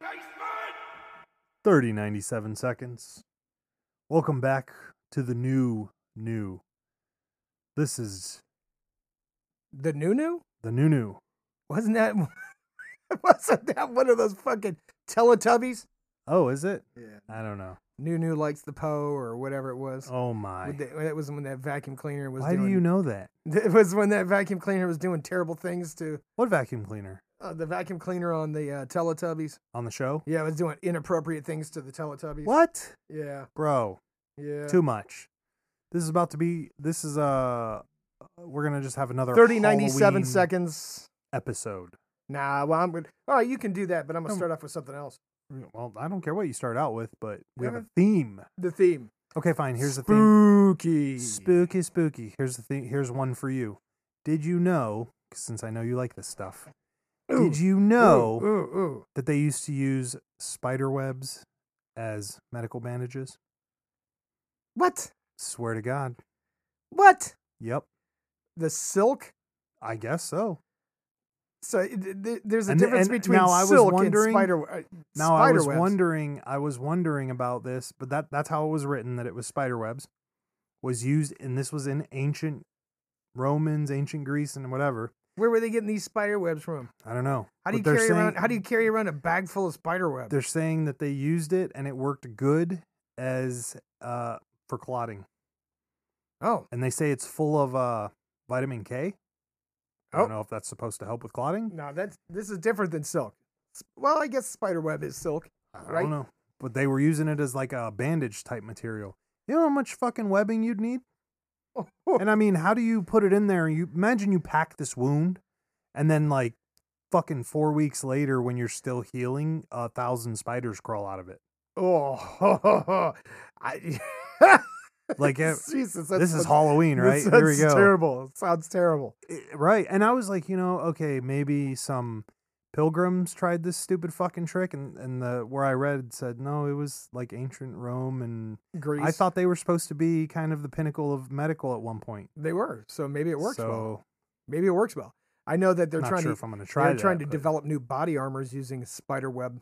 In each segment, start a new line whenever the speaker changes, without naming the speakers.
basement!
30 97 seconds. Welcome back to the new new. This is
The Nunu?
the new new.
Wasn't that wasn't that one of those fucking Teletubbies?
Oh, is it?
Yeah.
I don't know.
Nunu likes the Poe or whatever it was.
Oh my.
With the- that was when that vacuum cleaner was
Why
doing
do you know that?
It was when that vacuum cleaner was doing terrible things to
What vacuum cleaner
uh, the vacuum cleaner on the uh, Teletubbies.
on the show?
Yeah, it was doing inappropriate things to the Teletubbies.
What?
Yeah,
Bro,
yeah.
too much. This is about to be this is uh we're going to just have another
30, 97
Halloween
seconds.
episode.
Nah, well, I'm gonna. All right, you can do that, but I'm gonna
Um,
start off with something else.
Well, I don't care what you start out with, but we have
Yeah.
a theme.
The theme.
Okay, fine. Here's the theme.
Spooky.
Spooky, spooky. Here's the thing. Here's one for you. Did you know? Since I know you like this stuff,
Ooh,
did you know
Ooh, ooh, ooh.
that they used to use spider webs as medical bandages?
What?
Swear to God.
What?
Yep,
The silk.
I guess so.
So it- th- there's a
And-
difference
and
between
now I was
silk and
wondering-
spider. Uh,
Now I
spider
was
webs.
wondering. I was wondering about this, but that that's how it was written that it was spider webs was used, and this was in ancient Romans, ancient Greece, and whatever.
Where were they getting these spider webs from?
I don't know.
How
But
do you
they're
carry around?
saying-
How do you carry around a bag full of spider webs?
They're saying that they used it and it worked good as uh, for clotting,
Oh,
and they say it's full of uh, vitamin K. I
Oh.
don't know if that's supposed to help with clotting.
no, that's this is different than silk. S- Well, I guess spider web is silk.
I
Right.
don't know, but they were using it as like a bandage type material. You know how much fucking webbing you'd need, and I mean, how do you put it in there? You imagine you pack this wound, and then like fucking four weeks later, when you're still healing, a thousand spiders crawl out of it.
Oh, I,
Like it,
Jesus, that's
this is
so-
Halloween,
this
right? Here we
sounds
go.
Terrible. It sounds terrible.
It- right and i was like you know okay maybe some pilgrims tried this stupid fucking trick and and the where i read said no it was like ancient rome and
Greece.
i thought they were supposed to be kind of the pinnacle of medical at one point
they were. So maybe it works
so
well. Maybe it works well. I know that they're
not
trying
sure
to
if i'm gonna try
they're
that,
trying to
but
develop new body armors using spider web.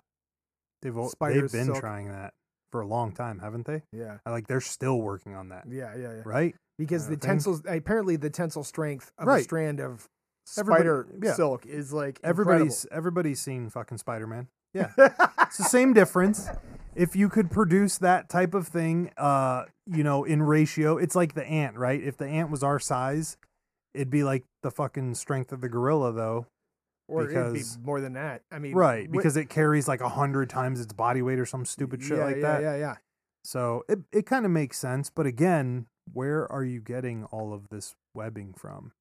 they've, al-
spider
they've been
silk.
trying that for a long time haven't they
Yeah.
I- like they're still working on that
Yeah, yeah, yeah.
right
Because
Uh,
the
thing.
tensile apparently the tensile strength of a
Right.
strand of
Everybody-
spider
yeah.
silk is like
everybody's everybody's seen fucking spider-man yeah
incredible.
It's the same difference. If you could produce that type of thing, uh, you know, in ratio, it's like the ant, right? If the ant was our size, it'd be like the fucking strength of the gorilla, though,
or
because-
it'd be more than that. I mean,
right?
wi-
Because it carries like a hundred times its body weight or some stupid shit
yeah,
like
yeah,
that.
Yeah, yeah,
So it it kind of makes sense, but again, where are you getting all of this webbing from?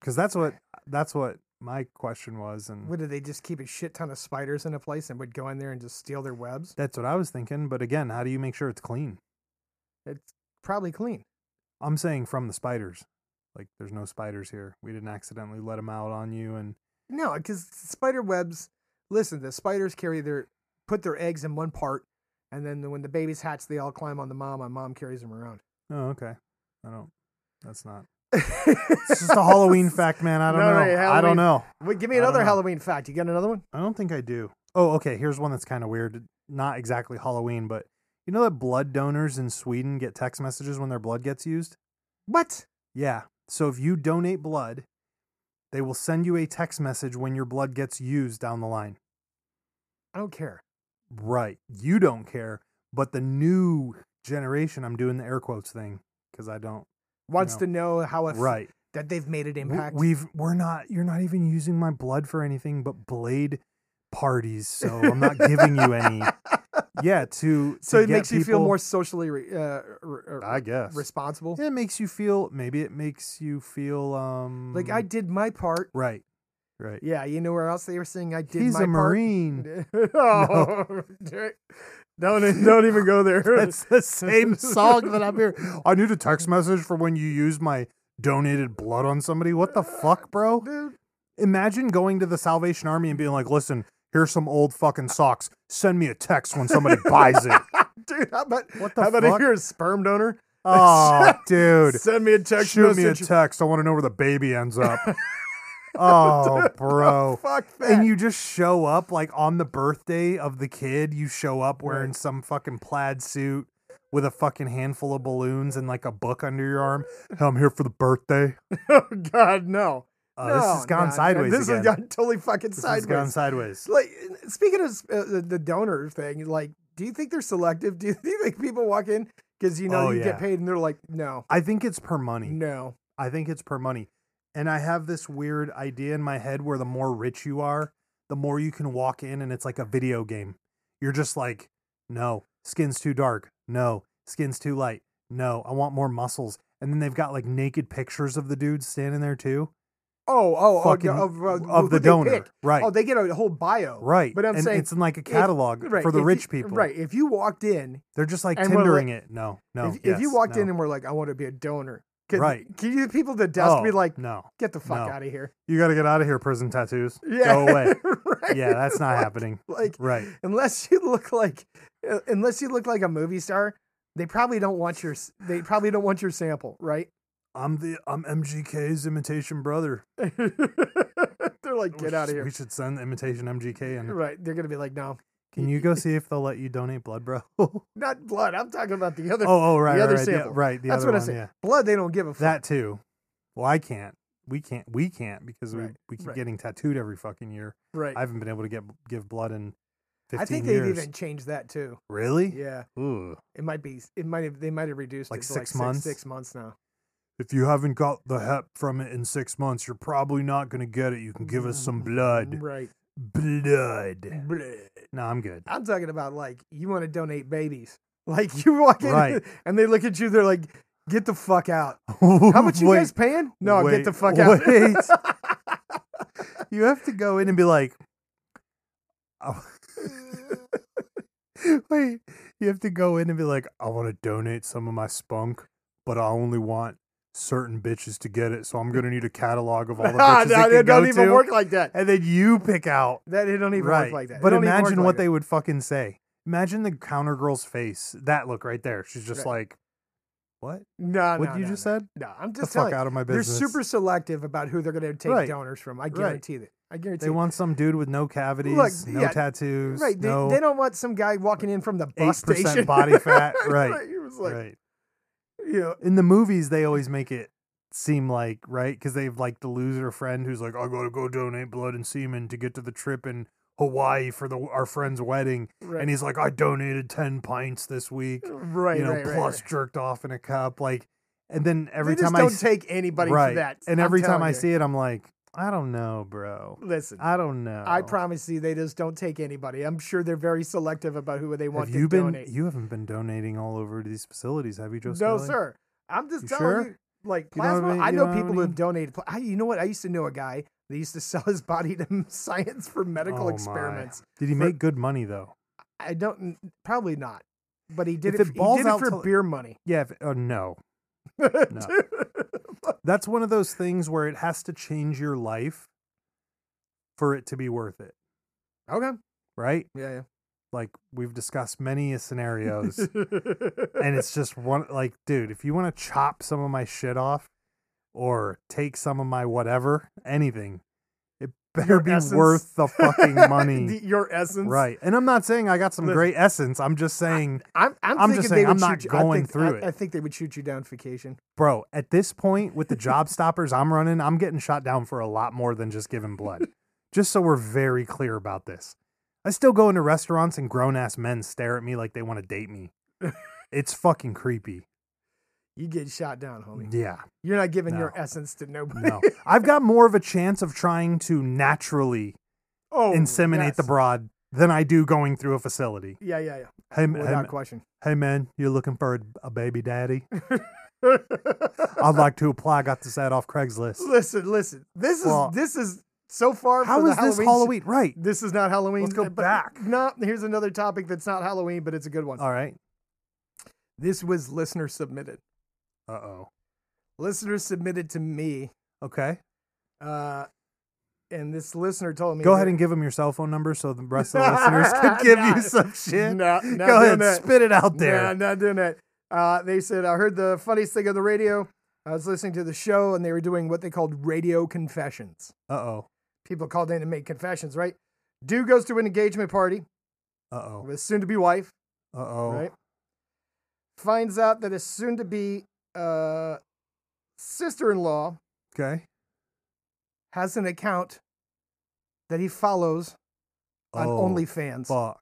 Because that's what that's what my question was, and
What did they just keep a shit ton of spiders in a place and would go in there and just steal their webs?
that's what I was thinking. But again, how do you make sure it's clean?
It's probably clean.
I'm saying from the spiders. Like there's no spiders here. We didn't accidentally let them out on you and
No, because spider webs. Listen, the spiders carry their put their eggs in one part, and then when the babies hatch, they all climb on the mom, and mom carries them around.
oh okay. I don't that's not. It's
it's
just a Halloween fact, man. I don't
No,
know.
hey,
I
Halloween-
don't know.
Wait, give me
I don't
another
know.
Halloween fact. You got another one?
I don't think I do. Oh, okay. Here's one that's kind of weird. Not exactly Halloween, but you know that blood donors in Sweden get text messages when their blood gets used?
What?
Yeah. So if you donate blood, they will send you a text message when your blood gets used down the line.
I don't care.
Right. You don't care, but the new generation, I'm doing the air quotes thing because I don't.
Wants
No.
to know how if
Right.
that they've made an
W-
impact.
We've we're not you're not even using my blood for anything but blade parties, so I'm not giving you any. Yeah, to
so
to
it
get
makes you feel
people-
more socially re, uh, re-
I guess.
responsible.
Yeah, it makes you feel maybe it makes you feel um
Like I did my part.
Right. Right.
Yeah, you know where else they were saying I did
He's
my
a marine.
part. oh, don't e, don't even go there.
That's the same song that I'm hearing. I need a text message for when you use my donated blood on somebody. What the fuck, bro?
Dude.
Imagine going to the Salvation Army and being like, listen, here's some old fucking socks. Send me a text when somebody buys it.
Dude, how about
What the
how about if
fuck?
you're a sperm donor?
Oh, dude.
Send me a text
Shoot me a
message.
text. I want to know where the baby ends up. Oh, bro.
Fuck that.
And you just show up like on the birthday of the kid. You show up wearing
Right.
some fucking plaid suit with a fucking handful of balloons and like a book under your arm. I'm here for the birthday.
oh God, no.
Uh,
no,
this has gone
no,
sideways.
This
again.
has gone totally fucking
This has
sideways.
gone sideways.
like speaking of uh, the, the donor thing, like, do you think they're selective? Do you, do you think people walk in because you know
Oh,
you
yeah.
get paid and they're like, no,
I think it's per money.
no,
I think it's per money. And I have this weird idea in my head where the more rich you are, the more you can walk in and it's like a video game. You're just like, no, skin's too dark. No, skin's too light. No, I want more muscles. And then they've got like naked pictures of the dude standing there too.
oh, oh,
Fucking-
oh, of, uh, who
of the
they
donor.
pick.
Right.
Oh, they get a whole bio,
right.
But I'm
and
saying
it's in like a
if-
catalog
right,
for the
if you-
rich people.
right? If you walked in,
They're just like
And we're like-
tindering it. No, no.
if, if you
yes,
walked
no.
in and were like, I want to be a donor, can,
Right.
Can you people at the desk
Oh,
be like,
no,
get the fuck
no.
out of here?
you got to get out of here, prison tattoos.
Yeah,
Go away.
right?
Yeah, that's not
Like-
happening.
Like,
Right.
unless you look like uh, unless you look like a movie star they probably don't want your s- they probably don't want your sample right
I'm the I'm MGK's imitation brother.
they're like
We
get out of
should- We
here
should send imitation MGK and
right they're gonna be like no
can you go see if they'll let you donate blood, bro? oh,
not blood i'm talking about the other
oh, right,
the other
right, right,
sample.
yeah, right. The
that's
other
what i
one,
say
yeah.
blood they don't give a fuck
That too. Well, I can't. We can't. We can't because we,
Right,
we keep
right.
getting tattooed every fucking year.
right
I haven't been able to get give blood in fifteen
I think they've
years.
even changed that too
Really?
yeah
Ooh.
it might be it might have they might have reduced
Like
it to
six months?
six, months now
If you haven't got the hep from it in six months, you're probably not gonna get it. You can give us some blood.
Mm, right Mm.
Blood.
Blood.
No, I'm good.
I'm talking about like you want to donate babies. Like you walk in
Right.
and they look at you, they're like, "Get the fuck out." How
How
much you guys paying? No, get
wait,
the fuck
wait.
out.
You have to go in and be like, oh. wait. You have to go in and be like, I want to donate some of my spunk, but I only want certain bitches to get it, so I'm gonna need a catalog of all the
Ah,
bitches
no,
it
it
can
don't
go
even
to,
work like that.
and then you pick out.
That it don't even
right.
work like that. It
But
don't even work
imagine
like
what
that.
they would fucking say. Imagine the counter girl's face. That look right there. She's just
Right.
like, what?
No,
what
no,
you
no,
just
no.
said?
No, I'm
Get the
just
fuck
telling. you,
out of my
They're
business.
super selective about who they're going to take
Right.
donors from. I guarantee that. I guarantee.
They
it.
want some dude with no cavities, no
yeah,
tattoos,
right. They,
no
they don't want some guy walking in from the bus
8%
station.
body fat, right,
It was like,
right.
you know,
In the movies, they always make it seem like right because they've like the loser friend who's like, "I gotta go donate blood and semen to get to the trip in Hawaii for the our friend's wedding,"
right.
and he's like, "I donated ten pints this week,
right,
you know,
right, right,
plus
right.
jerked off in a cup." Like, and then every
they
time
just
I
don't
s-
take anybody
right,
for that.
and
I'm
every time
telling
I
you.
see it, I'm like, I don't know, bro.
listen,
I don't know.
I promise you, they just don't take anybody. I'm sure they're very selective about who they want
Have
to
you been?
donate.
You haven't been donating all over to these facilities, have you, Joe?
no,
Scully?
sir. I'm just
You
telling
sure?
you, like
You know what I
plasma. I,
mean? You
know
know what I
people who've
mean?
donated. pla- I, you know what? I used to know a guy that used to sell his body to science for medical
Oh, my.
experiments.
Did he
For-
make good money though?
I don't, probably not, but he did it.
If it
f-
balls
he did
out
it for
till-
beer money.
Yeah. If, oh no.
Dude,
That's one of those things where it has to change your life for it to be worth it,
okay.
right?
Yeah.
Like we've discussed many a scenarios,
Yeah.
and it's just one like, dude, if you want to chop some of my shit off or take some of my whatever, anything, it better
Your
be
essence.
worth the fucking money.
The- your essence.
Right. And I'm not saying I got some
Listen.
great essence. I'm just saying
I'm, I'm,
I'm
thinking
just
they
saying
would
I'm not
shoot you-
going
I think,
through
I,
it.
I think they would shoot you down vacation.
bro, at this point with the job stoppers I'm running, I'm getting shot down for a lot more than just giving blood. just so we're very clear about this. I still go into restaurants and grown ass men stare at me like they want to date me. It's fucking creepy.
You get shot down, homie.
Yeah.
You're not giving your
No.
essence to nobody.
No. I've got more of a chance of trying to naturally
oh,
inseminate the
yes.
broad than I do going through a facility.
Yeah, yeah, yeah.
Hey, m- hey,
Without
m-
question.
hey man, you're looking for a, a baby daddy? I'd like to apply. I got this ad off Craigslist.
listen, listen. This is
Well,
this is so far.
How
for
is
the
this
Halloween?
Halloween? Right.
This is not Halloween.
Let's go
but-
back.
No, here's another topic that's not Halloween, but it's a good one.
All right.
This was listener submitted.
Uh oh.
Listener submitted to me,
Okay.
uh, and this listener told me.
Go ahead
that-
and give them your cell phone number so the rest of the listeners can give
Nah.
you some shit.
No, not
Go
doing
ahead,
that.
spit it out
No,
there.
not doing that. Uh, they said, I heard the funniest thing on the radio. I was listening to the show and they were doing what they called radio confessions.
Uh oh.
People called in to make confessions, right? Dude goes to an engagement party
Uh oh.
with his soon to be wife,
Uh oh.
right? Finds out that his soon to be uh, sister in law
Okay.
has an account that he follows on
Oh,
OnlyFans.
Fuck.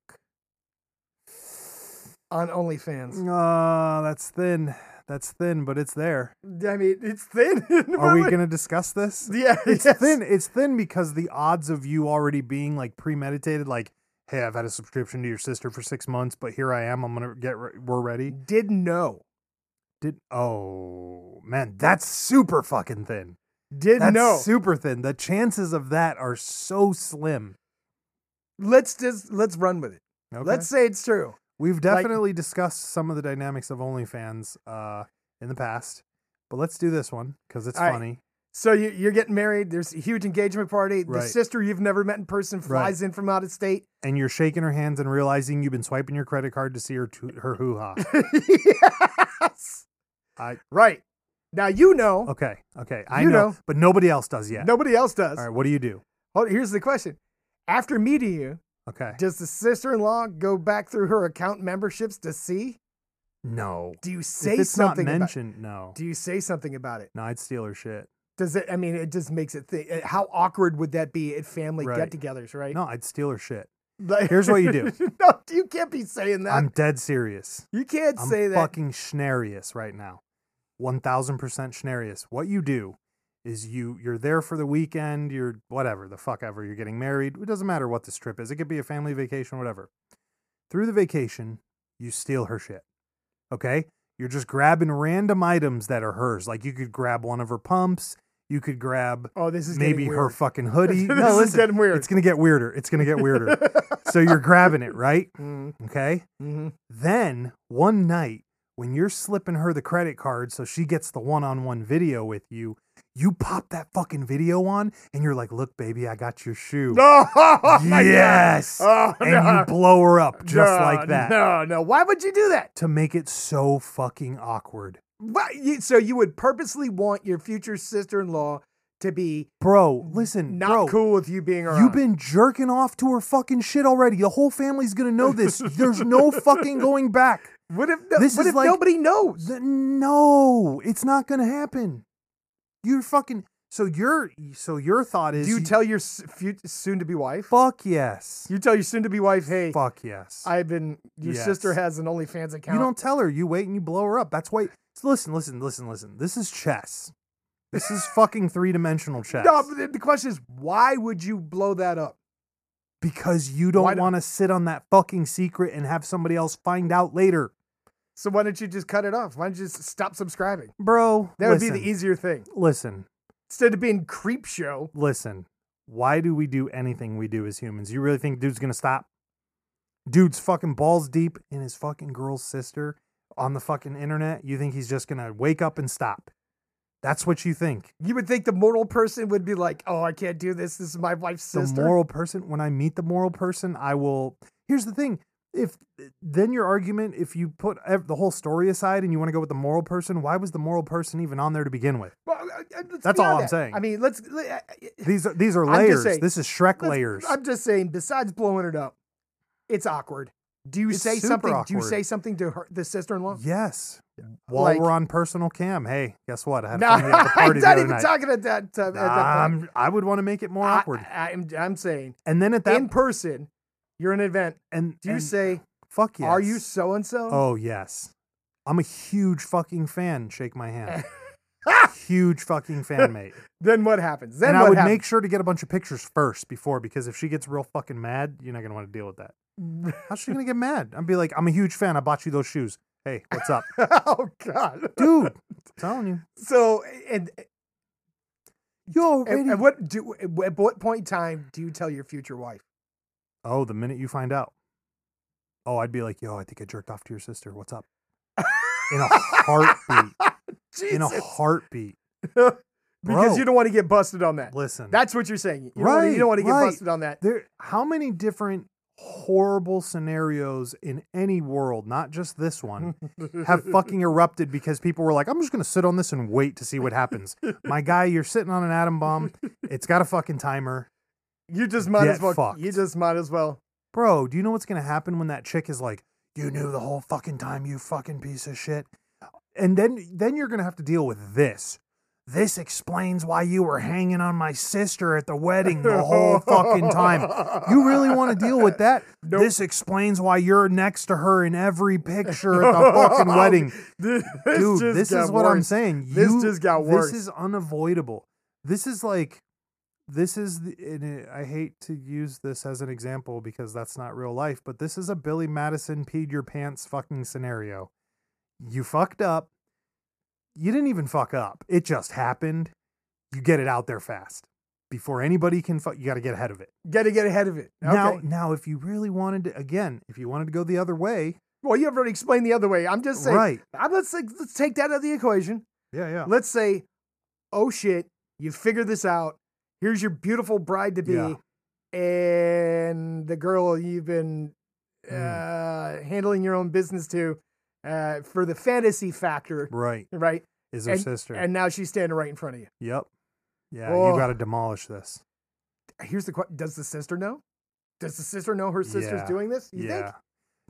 On OnlyFans.
Ah, that's thin. That's thin, but it's there.
I mean, it's thin.
Are we gonna discuss this?
Yeah,
It's
yes.
thin. It's thin because the odds of you already being like premeditated, like, hey, I've had a subscription to your sister for six months, but here I am. I'm gonna get. Re- we're ready.
Didn't know.
Did oh man, that's super fucking thin.
Didn't
That's
know.
super thin. The chances of that are so slim.
let's just let's run with it.
Okay?
Let's say it's true.
We've
like-
definitely discussed some of the dynamics of OnlyFans uh, in the past, but let's do this one because it's
All right.
funny.
So you, you're getting married. There's a huge engagement party. The
Right.
sister you've never met in person flies in from out of state.
And you're shaking her hands and realizing you've been swiping your credit card to see her to- her hoo ha.
yes.
I-
right. Now you know.
Okay, okay, I
You
know,
know.
but nobody else does yet.
Nobody else does.
All right, what do you do?
Hold- here's the question. After meeting you,
Okay,
does the sister-in-law go back through her account memberships to see?
no.
Do you
If
say
it's
something
not
about
mentioned, no.
Do you say something about it?
No, I'd steal her shit.
Does it I mean it just makes it think how awkward would that be at family
Right.
get-togethers, right?
No, I'd steal her shit.
Like-
Here's what you do.
no, you can't be saying that.
I'm dead serious.
you can't
I'm
say that.
fucking schnarius right now. 1000% schnarius. What you do is you you're there for the weekend, you're whatever, the fuck ever, you're getting married. It doesn't matter what this trip is. It could be a family vacation, whatever. Through the vacation, you steal her shit. Okay? You're just grabbing random items that are hers. Like you could grab one of her pumps, you could grab
oh, this is getting
maybe her
weird.
fucking hoodie.
this
no,
is
listen.
getting weird.
It's going to get weirder. It's going to get weirder. so you're grabbing it, right?
Mm,
Okay?
mhm.
Then one night, when you're slipping her the credit card so she gets the one on one video with you, you pop that fucking video on and you're like, look, baby, I got your shoe.
No, oh my God.
yes.
Oh,
and
no.
you blow her up just
No,
like that
No, no. Why would you do that?
to make it so fucking awkward.
Why, you, so you would purposely want your future sister-in-law to be
Bro, listen,
not
Hmm. bro,
cool with you being around.
You've been jerking off to her fucking shit already. The whole family's gonna know this. There's no fucking going back.
What if? No,
this
what
is
if
like-
nobody knows?
Th- No, it's not gonna happen. You're fucking. So your so your thought is
Do you tell your s- fut- soon-to-be wife?
Fuck yes.
You tell your soon-to-be wife, "Hey,
Fuck yes.
I've been. Your
Yes.
sister has an OnlyFans account.
you don't tell her. You wait and you blow her up. That's why. So listen, listen, listen, listen. This is chess. This is fucking three dimensional chess.
No, but the- the question is, why would you blow that up?
because you
Why
don't
do-
want to sit on that fucking secret and have somebody else find out later,
So why don't you just cut it off? Why don't you just stop subscribing?
bro.
That
listen,
would be the easier thing.
Listen,
Instead of being creep show,
listen. Why do we do anything we do as humans? You really think dude's gonna stop? Dude's fucking balls deep in his fucking girl's sister on the fucking internet. You think he's just gonna wake up and stop? That's what you think.
you would think the mortal person would be like, "Oh, I can't do this. This is my wife's sister."
the moral person when i meet the moral person i will here's the thing if then your argument if you put ev- the whole story aside and you want to go with the moral person why was the moral person even on there to begin with
Well, uh, uh, let's
That's
be
all
on
I'm
that.
saying.
I mean, let's. Let, uh, uh,
these are these are
I'm just
layers
saying-
this is shrek
let's-
layers
I'm just saying. Besides blowing it up, it's awkward. Do you
It's
say
super
something? Do you
awkward.
say something to her, the sister-in-law?
yes while
uh, Like-
we're on personal cam hey guess what i had a
No,
friend at the
I'm
party the
not
other
even
night.
talking at that. Uh, at that point.
Um, i would want to make it more
I-
awkward
I, am I'm saying
and then at that
in person, you're in an event.
and
Do you
and-
say,
fuck yes
"Are you so and so?"
oh yes i'm a huge fucking fan shake my hand huge fucking fan mate
Then what happens? Then
and
what
I would
happens?
make sure to get a bunch of pictures first before, because if she gets real fucking mad, you're not gonna want to deal with that. How's she gonna get mad? I'd be like, I'm a huge fan. I bought you those shoes. Hey, what's up,
oh God,
dude? telling you,
So and
you
and,
already.
and what do at what point in time do you tell your future wife?
oh, the minute you find out. Oh, I'd be like, yo, I think I jerked off to your sister. What's up? In a heartbeat.
Jesus,
in a heartbeat.
because
Bro.
you don't want to get busted on that.
Listen,
That's what you're saying. You don't wanna- you
Right,
don't want to get
right.
busted on that.
there. How many different horrible scenarios in any world, not just this one, have fucking erupted because people were like, I'm just going to sit on this and wait to see what happens. My guy, you're sitting on an atom bomb. It's got a fucking timer.
You just might
Get
as well.
fucked.
You just might as well.
Bro, do you know what's going to happen when that chick is like, you knew the whole fucking time, you fucking piece of shit? And then then you're going to have to deal with this. This explains why you were hanging on my sister at the wedding the whole fucking time. You really want to deal with that?
Nope.
This explains why you're next to her in every picture at the fucking wedding.
This
Dude,
just
this
got
is what I'm
worse.
saying.
This
You-
just got worse.
This is unavoidable. This is like, this is, the, and it- I hate to use this as an example because that's not real life, but this is a Billy Madison peed your pants fucking scenario. You fucked up. You didn't even fuck up. It just happened. You get it out there fast. Before anybody can fuck, you got to get ahead of it.
Got to get ahead of it. Okay.
Now, now, if you really wanted to, again, if you wanted to go the other way,
well, you have already explained the other way. I'm just saying.
right?
I'm, let's say, let's take that out of the equation.
Yeah, yeah.
Let's say, oh shit, you figured this out. Here's your beautiful bride to be,
Yeah.
and the girl you've been
Hmm.
uh, handling your own business to uh, for the fantasy factor,
Right
right?
is her sister.
And now she's standing right in front of you.
Yep. Yeah,
Oh.
you got to demolish this.
Here's the question: Does the sister know? Does the sister know her sister's
Yeah.
doing this? You
yeah.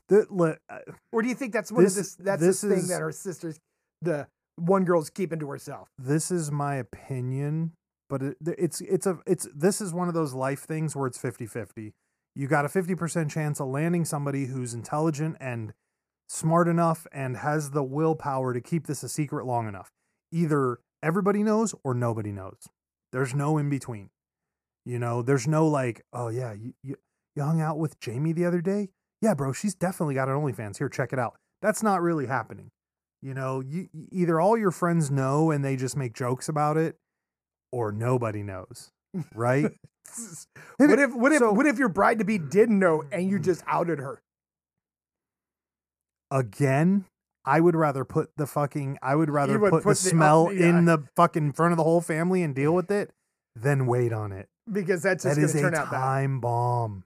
think,
The- le- uh,
or do you think that's one
This-
of this? That's
this
this thing
is-
that her sister's the one girl's keeping to herself.
this is my opinion, but it, it's it's a it's this is one of those life things where it's 50-50. You got a 50% chance of landing somebody who's intelligent and smart enough and has the willpower to keep this a secret long enough. Either everybody knows or nobody knows. There's no in between. You know, there's no like, oh yeah, you, you, you hung out with Jamie the other day? Yeah, bro, she's definitely got an OnlyFans. Here, check it out. That's not really happening. You know, you, you- either all your friends know and they just make jokes about it, or nobody knows, right?
What if what if
So- Hmm.
what if your bride to be didn't know and you just outed her?
Again, I would rather put the fucking, I would rather
would
put, the,
put the- uh,
smell
yeah.
in the fucking front of the whole family and deal with it than wait on it.
because that's just
that
going
is
to
a
turn out bad.
time bomb.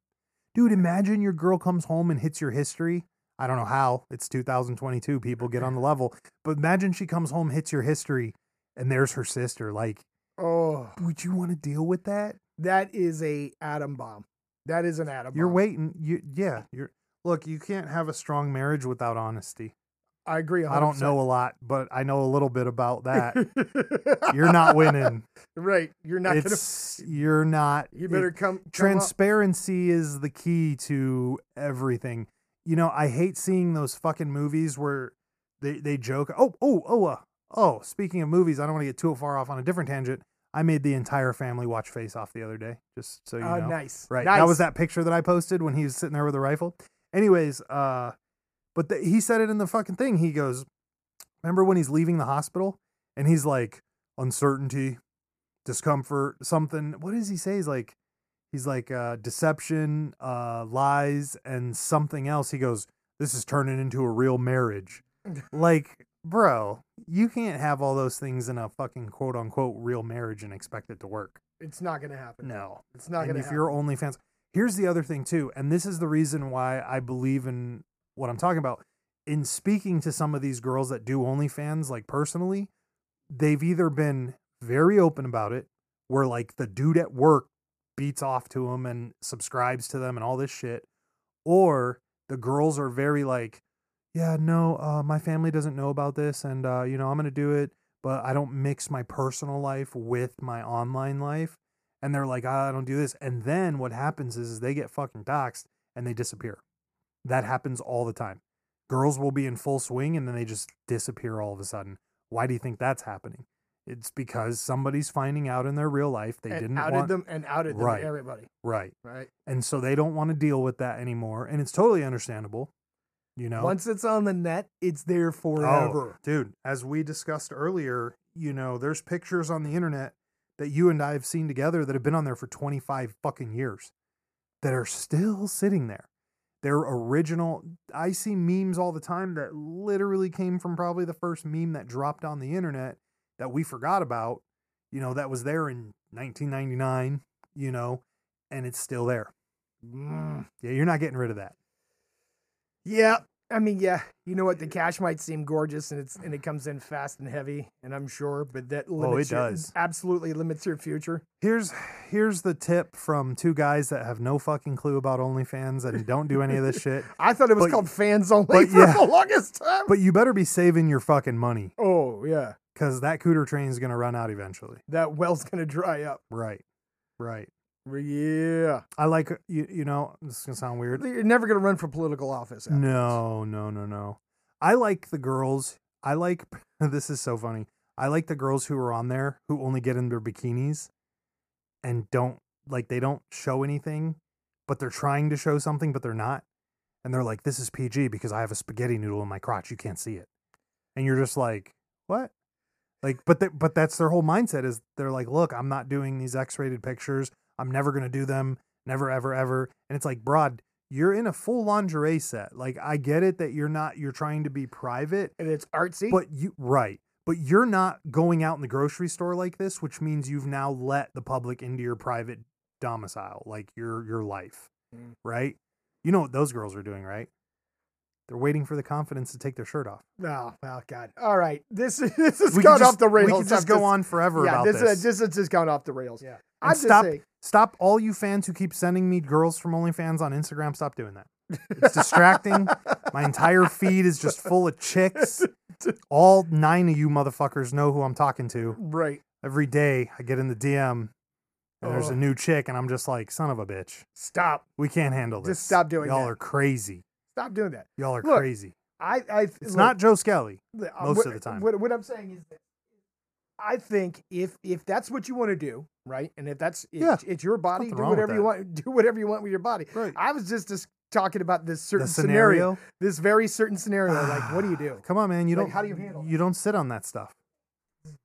Dude, imagine your girl comes home and hits your history. I don't know how. It's 2022. People get on the level. But imagine she comes home, hits your history, and there's her sister. Like,
Oh,
would you want to deal with that?
that is a atom bomb. That is an atom.
You're
bomb.
waiting. You yeah. You're look. You can't have a strong marriage without honesty.
I agree. 100%.
I don't know a lot, but I know a little bit about that.
that.
You're not winning.
right. You're not going to.
it's you're not.
You
it-
better come. come up.
transparency is the key to everything. You know, I hate seeing those fucking movies where they they joke. Oh oh oh uh, oh. Speaking of movies, I don't want to get too far off on a different tangent. I made the entire family watch Face Off the other day, just so you
Oh,
know.
nice.
Right.
Nice.
That was that picture that I posted when he was sitting there with a rifle. Anyways, uh, but the, he said it in the fucking thing. He goes, Remember when he's leaving the hospital and he's like, uncertainty, discomfort, something. What does he say? He's like, he's like, uh, deception, uh, lies, and something else. He goes, This is turning into a real marriage. like, bro, you can't have all those things in a fucking quote unquote real marriage and expect it to work.
It's not going to happen.
No
It's not going
and
to
if
happen.
you're OnlyFans, here's the other thing too, and this is the reason why I believe in what I'm talking about. In speaking to some of these girls that do OnlyFans, like personally, they've either been very open about it, where like the dude at work beats off to them and subscribes to them and all this shit, or the girls are very like, yeah, no, uh, my family doesn't know about this, and uh, you know I'm gonna do it, but I don't mix my personal life with my online life and they're like, "Ah, I don't do this. And then what happens is, is they get fucking doxxed and they disappear. That happens all the time. Girls will be in full swing and then they just disappear all of a sudden. Why do you think that's happening? It's because somebody's finding out in their real life they
and
didn't
outed
want
them and outed them
Right.
to everybody.
right,
Right.
and so they don't want to deal with that anymore, and it's totally understandable. You know,
Once it's on the net, it's there
Oh,
forever.
dude, as we discussed earlier, you know, there's pictures on the internet that you and I have seen together that have been on there for 25 fucking years that are still sitting there. They're original. I see memes all the time that literally came from probably the first meme that dropped on the internet that we forgot about, you know, that was there in 1999, you know, and it's still there. Mm. Yeah, you're not getting rid of that.
Yeah. I mean, yeah, you know what? The cash might seem gorgeous, and it's and it comes in fast and heavy, and I'm sure, but that limits
Oh, it
your-
does.
absolutely limits your future.
Here's here's the tip from two guys that have no fucking clue about OnlyFans and don't do any of this shit.
I thought it was
But-
called fans only
but
for
yeah.
the longest time.
But you better be saving your fucking money
oh yeah,
because that cooter train is gonna run out eventually.
that well's gonna dry up.
Right, right.
Yeah,
I like you. You know, this is gonna sound weird.
you're never gonna run for political office. after
No, no, no, no. I like the girls. I like this is so funny. I like the girls who are on there who only get in their bikinis and don't like they don't show anything, but they're trying to show something, but they're not. And they're like, "This is PG because I have a spaghetti noodle in my crotch. You can't see it." And you're just like, "What?" Like, but they, but that's their whole mindset is they're like, "Look, I'm not doing these X-rated pictures. I'm never gonna do them. Never, ever, ever." And it's like, "Broad, you're in a full lingerie set. Like I get it that you're not you're trying to be private,
that. and it's artsy.
but you right. But you're not going out in the grocery store like this, which means you've now let the public into your private domicile, like your your life.
Mm.
Right? You know what those girls are doing, right? They're waiting for the confidence to take their shirt off.
oh, well, God. All right, this is this has
We could
gone
just,
off the rails.
We could just
I'm
go on forever
Yeah,
about
this,
this.
is this has just gone off the rails.
Yeah.
I'm
And
just
stop-
saying.
Stop all you fans who keep sending me girls from OnlyFans on Instagram. Stop doing that. It's distracting. My entire feed is just full of chicks. All nine of you motherfuckers know who I'm talking to.
Right.
Every day I get in the DM and there's a
Oh.
new chick, and I'm just like, son of a bitch.
Stop.
We can't handle this.
Just stop doing
Y'all
that.
are crazy.
Stop doing that.
Y'all are
Look,
crazy.
I. I
It's not Joe Skelly.
The- uh,
most
what-
of the time.
What, what I'm saying is, that I think if if that's what you want to do, right, and if that's it,
Yeah.
it's your body,
nothing
do
wrong with
whatever you want, do whatever you want with your body.
Right.
I was just just talking about this certain
The scenario.
this very certain scenario. like, what do you do?
Come on, man. You
Like,
don't.
how do you handle
You don't sit on that stuff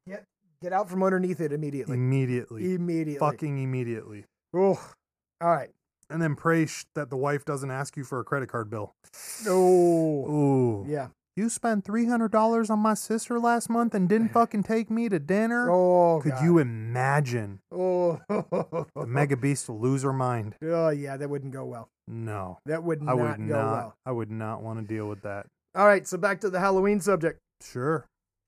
Get get out from underneath it immediately.
immediately.
Immediately.
Fucking immediately.
Oh, all right.
And then pray sh- that the wife doesn't ask you for a credit card bill.
No.
Ooh.
Yeah.
You spent three hundred dollars on my sister last month and didn't fucking take me to dinner.
Oh.
Could
God.
you imagine?
Oh.
The mega beast will lose her mind.
Oh yeah, that wouldn't go well.
No,
That would not
I would
go
not.
well.
I would not want to deal with that.
All right, so back to the Halloween subject.
Sure.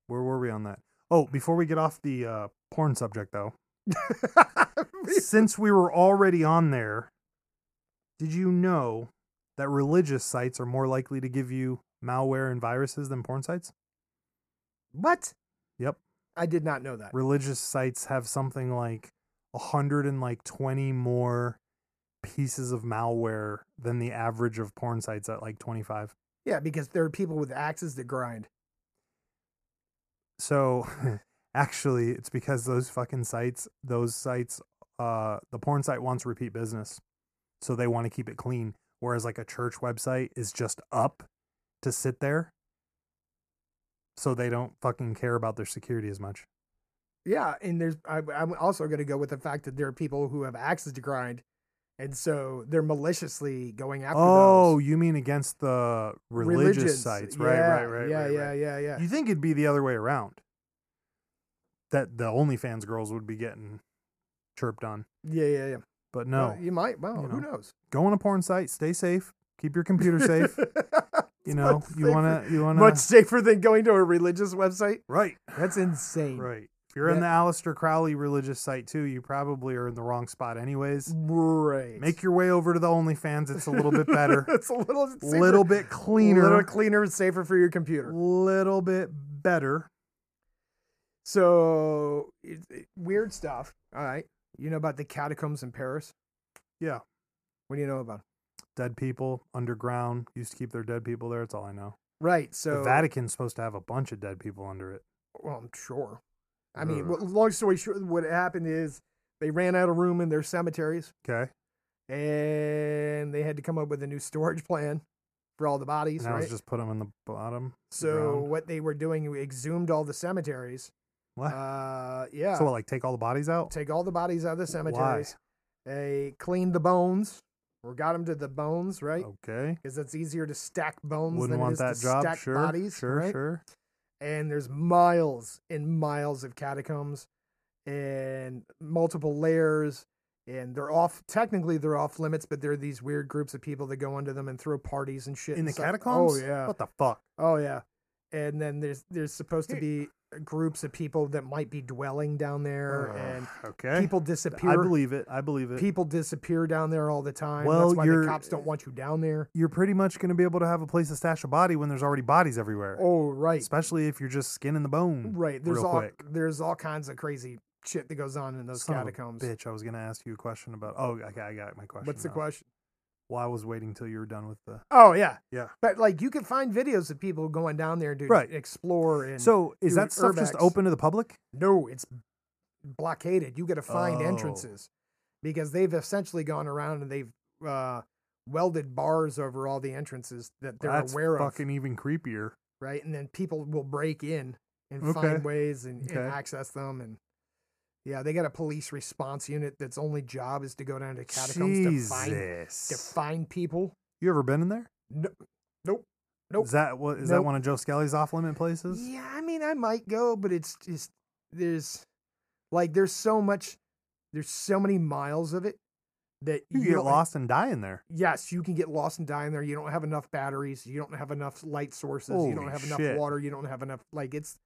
Where were we on that? Oh, before we get off the uh, porn subject though, since we were already on there, did you know that religious sites are more likely to give you malware and viruses than porn sites?
What?
Yep.
I did not know that.
religious sites have something like a hundred and like twenty more pieces of malware than the average of porn sites at like 25.
Yeah, because there are people with axes that grind.
So
Hmm.
actually it's because those fucking sites, those sites uh the porn site wants repeat business. So they want to keep it clean whereas like a church website is just up to sit there. So they don't fucking care about their security as much.
Yeah, and there's I, I'm also going to go with the fact that there are people who have axes to grind, and so they're maliciously going after
oh,
those
you mean against the religious,
religions.
sites,
Yeah,
right, right, right,
Yeah,
right,
yeah,
right.
yeah, yeah.
You think it'd be the other way around? That the OnlyFans girls would be getting chirped on,
yeah, yeah, yeah.
but no.
Well, you might. Well,
You
who
know.
knows?
Go on a porn site. Stay safe. Keep your computer safe. You know,
Much
you wanna, you wanna,
Much safer than going to a religious website.
right,
That's insane.
right. If you're in
Yeah.
the Aleister Crowley religious site too, you probably are in the wrong spot, anyways.
Right.
Make your way over to the OnlyFans. It's a little bit better,
it's a little safer,
little bit cleaner,
little cleaner, safer for your computer.
little bit better.
So it, it- weird stuff. All right. You know about the catacombs in Paris?
Yeah.
What do you know about? 'em?
Dead people underground used to keep their dead people there. That's all I know.
Right. So
the Vatican's supposed to have a bunch of dead people under it.
Well, I'm sure. I mean,
Ugh.
well, long story short, what happened is they ran out of room in their cemeteries,
Okay.
and they had to come up with a new storage plan for all the bodies.
And I was
Right.
just put them in the bottom.
So
ground.
what they were doing, we exhumed all the cemeteries.
What?
Uh, yeah.
So what, like take all the bodies out?
take all the bodies out of the cemeteries. They cleaned the bones or got them to the bones, right?
Okay.
because it's easier to stack bones
Wouldn't
than it
want
is
that
to
job.
stack
sure.
bodies.
sure.
right?
Sure.
And there's miles and miles of catacombs and multiple layers and they're off. Technically, they're off limits, but there are these weird groups of people that go under them and throw parties and shit
in
and
the
stuff.
catacombs.
Oh yeah,
What the fuck?
oh yeah. And then there's there's supposed to be groups of people that might be dwelling down there, and
Ugh, Uh, okay.
people disappear.
I believe it. I believe it.
people disappear down there all the time.
Well,
That's why
you're-
the cops don't want you down there.
You're pretty much going to be able to have a place to stash a body when there's already bodies everywhere.
Oh right,
Especially if you're just skin in the bone.
right. There's
Mm, real
all
quick.
there's all kinds of crazy shit that goes on in those
Son of a
catacombs.
bitch, I was going to ask you a question about. Oh, okay, I got my question.
What's the
now.
question?
Well, I was waiting till you were done with the.
Oh yeah,
Yeah.
But like you can find videos of people going down there to
Right.
explore and
So is
Dude,
that stuff just
Urbex.
open to the public?
no, it's blockaded. You got to find
Oh.
entrances because they've essentially gone around and they've uh, welded bars over all the entrances that they're
That's
aware of.
fucking even creepier.
right? And then people will break in and
Okay.
find ways and, and
Okay.
access them. And yeah, they got a police response unit that's only job is to go down to catacombs to find to
Jesus.
find people.
You ever been in there?
No, nope. Nope.
Is that what? Is that
Nope.
one of Joe Skelly's off limit places?
Yeah, I mean, I might go, but it's just there's like there's so much, there's so many miles of it that
You
you
get
don't-
lost and die in there.
Yes, you can get lost and die in there. You don't have enough batteries. You don't have enough light sources. you
Holy
don't have
shit.
enough water. You don't have enough. Like it's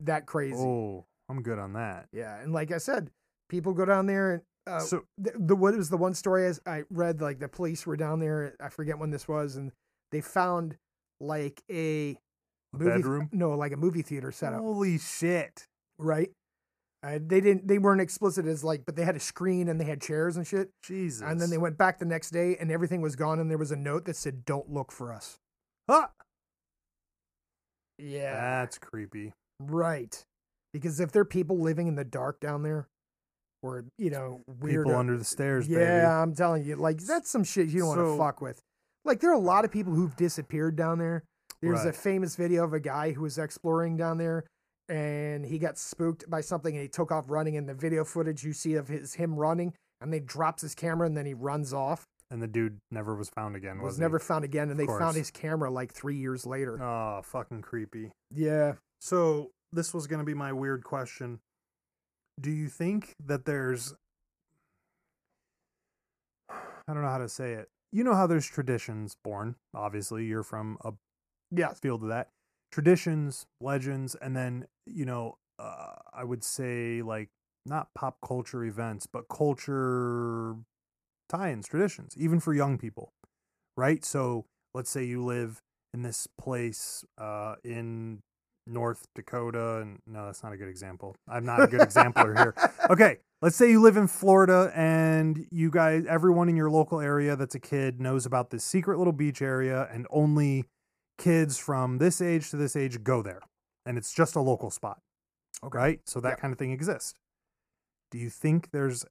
that crazy.
Oh, I'm good on that.
Yeah, and like I said, people go down there and uh,
so
the, the what was the one story as I read like the police were down there. I forget when this was, and they found like a, movie
bedroom? Oh.
No, like a movie theater setup,
holy shit.
right? Uh, they didn't. They weren't explicit as like, but they had a screen and they had chairs and shit.
Jesus.
And then they went back the next day, and everything was gone, and there was a note that said, "Don't look for us."
Ah!
Yeah,
That's creepy.
right. Because if there are people living in the dark down there, or you know, weird uh,
People under the stairs,
Yeah,
baby.
I'm telling you, like that's some shit you don't
So-
want to fuck with. Like there are a lot of people who've disappeared down there. There's a
Right.
famous video of a guy who was exploring down there, and he got spooked by something, and he took off running. And the video footage you see of his him running, and they drops his camera, and then he runs off.
And the dude never was found again.
was
he?
never found again, and they
course.
found his camera like three years later.
Oh, fucking creepy.
Yeah,
So this was going to be my weird question. Do you think that there's I don't know how to say it. You know how there's traditions born. Obviously, you're from a
yes,
field of that. Traditions, legends, and then, you know, uh, I would say like not pop culture events, but culture tie ins, traditions, even for young people, right? So let's say you live in this place uh, in North Dakota. And no, that's not a good example. I'm not a good exemplar here. Okay. Let's say you live in Florida and you guys, everyone in your local area that's a kid knows about this secret little beach area and only kids from this age to this age go there. And it's just a local spot. Okay. Right? So that
Yep.
kind of thing exists. Do you think there's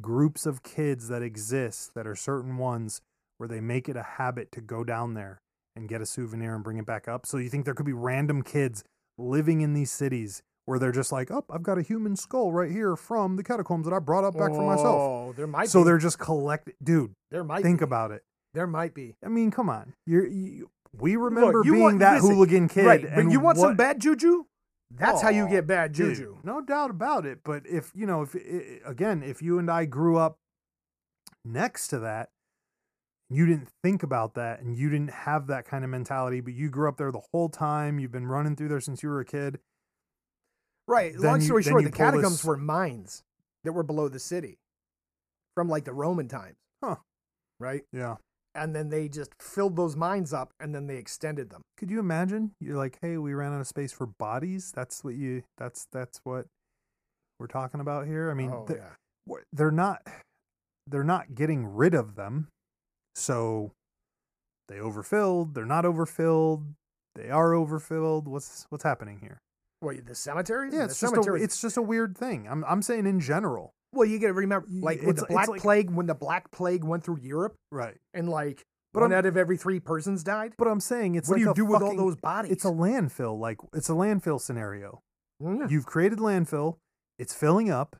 groups of kids that exist that are certain ones where they make it a habit to go down there and get a souvenir and bring it back up? So you think there could be random kids living in these cities where they're just like, oh, I've got a human skull right here from the catacombs that I brought up back for myself.
Oh, there might
so
be.
they're just collecting. Dude,
there might
think
be.
about it.
there might be
I mean, come on. You're, you, we remember
you
being
want-
that
listen,
hooligan kid.
right. But
and
you want
what-
some bad juju? That's how you
Aw,
get bad
dude,
juju.
no doubt about it. But if, you know, if i- i- again, if you and I grew up next to that, you didn't think about that and you didn't have that kind of mentality, but you grew up there the whole time. You've been running through there since you were a kid.
Right.
Then
Long
you-
story
then
short,
you
the
pull
catacombs
this-
were mines that were below the city from like the Roman times.
Huh.
Right.
Yeah.
And then they just filled those mines up and then they extended them.
Could you imagine? You're like, hey, we ran out of space for bodies. That's what you, that's, that's what we're talking about here. I mean,
oh,
the-
yeah.
wh- they're not they're not getting rid of them so they overfilled they're not overfilled they are overfilled what's what's happening here
What, the cemeteries? the
yeah it's just a,
cemeteries.
it's just a weird thing i'm i'm saying in general
well, you got to remember,
Y-
like with
it's-
the
it's
Black
like-
Plague, when the Black Plague went through Europe
right
and like
But
one
I'm-
out of every three persons died.
but i'm saying it's
what
like
do you
a
do with all
fucking-
those bodies?
it's a landfill like it's a landfill scenario
Mm.
you've created landfill it's filling up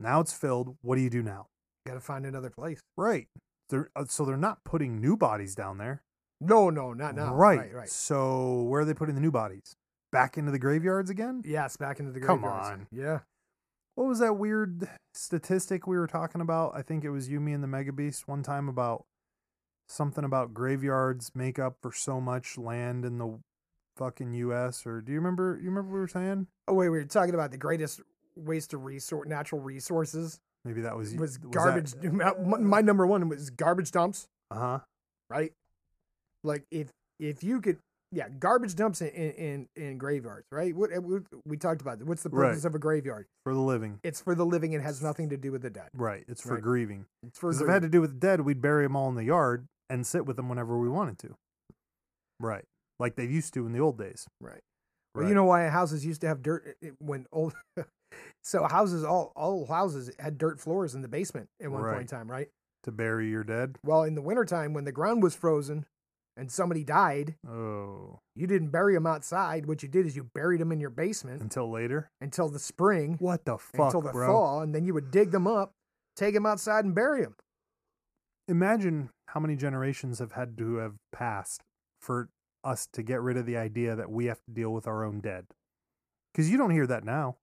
now it's filled what do you do now
gotta find another place.
right they're, uh, so they're not putting new bodies down there
No, no, not now.
right.
right, right.
So where are they putting the new bodies? Back into the graveyards again?
Yes, back into the
Come
graveyards.
on.
Yeah.
what was that weird statistic we were talking about? I think it was you, me, and the Mega Beast one time about something about graveyards make up for so much land in the fucking U.S. Or do you remember? You remember we were saying
Oh wait, we were talking about the greatest waste of resource, natural resources
maybe that was
was garbage. my, my number one was garbage dumps,
Uh huh.
right? Like if if you could, yeah, garbage dumps in in, in, in graveyards, right? What we, we talked about. What's the
Right.
purpose of a graveyard?
For the living,
It's for the living. It has nothing to do with the dead.
right? It's for
Right.
grieving.
It's for
Because if
the
it had to do with the dead, we'd bury them all in the yard and sit with them whenever we wanted to. Right. Like they used to in the old days.
Right.
Right.
Well, you know why houses used to have dirt i- i- when old. so houses, all all houses had dirt floors in the basement at one
Right.
point in time, right?
to bury your dead.
Well, in the wintertime when the ground was frozen and somebody died,
Oh,
you didn't bury them outside. What you did is you buried them in your basement
until later.
until the spring,
What the fuck,
until the
bro?
fall, and then you would dig them up, take them outside, and bury them.
Imagine how many generations have had to have passed for us to get rid of the idea that we have to deal with our own dead. Because you don't hear that now.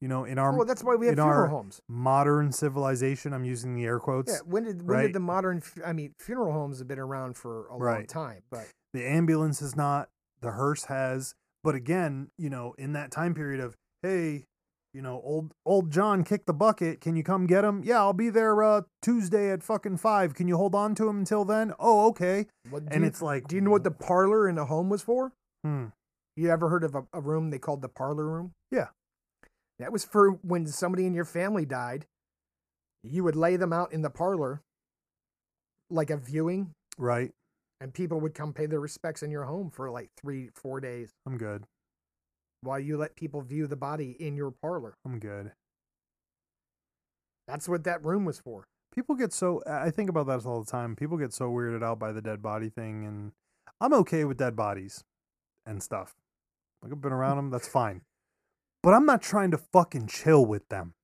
You know, in our
well, Oh, that's why we have
in
funeral
our-
homes.
modern civilization, I'm using the air quotes.
Yeah, when did when
right.
did the modern? fu- I mean, funeral homes have been around for a long
Right.
time, but
the ambulance has not the hearse has but again you know in that time period of hey you know old old john kicked the bucket can you come get him yeah i'll be there uh tuesday at fucking five can you hold on to him until then oh okay
what, do
and
you-
it's like
do you know what the parlor in a home was for?
hmm,
You ever heard of a, a room they called the parlor room?
Yeah.
That was for when somebody in your family died. You would lay them out in the parlor, like a viewing,
right
and people would come pay their respects in your home for like three, four days
i'm good
while you let people view the body in your parlor.
i'm good
That's what that room was for.
people get so i I think about that all the time people get so weirded out by the dead body thing and i'm okay with dead bodies and stuff like i've been around them that's fine but i'm not trying to fucking chill with them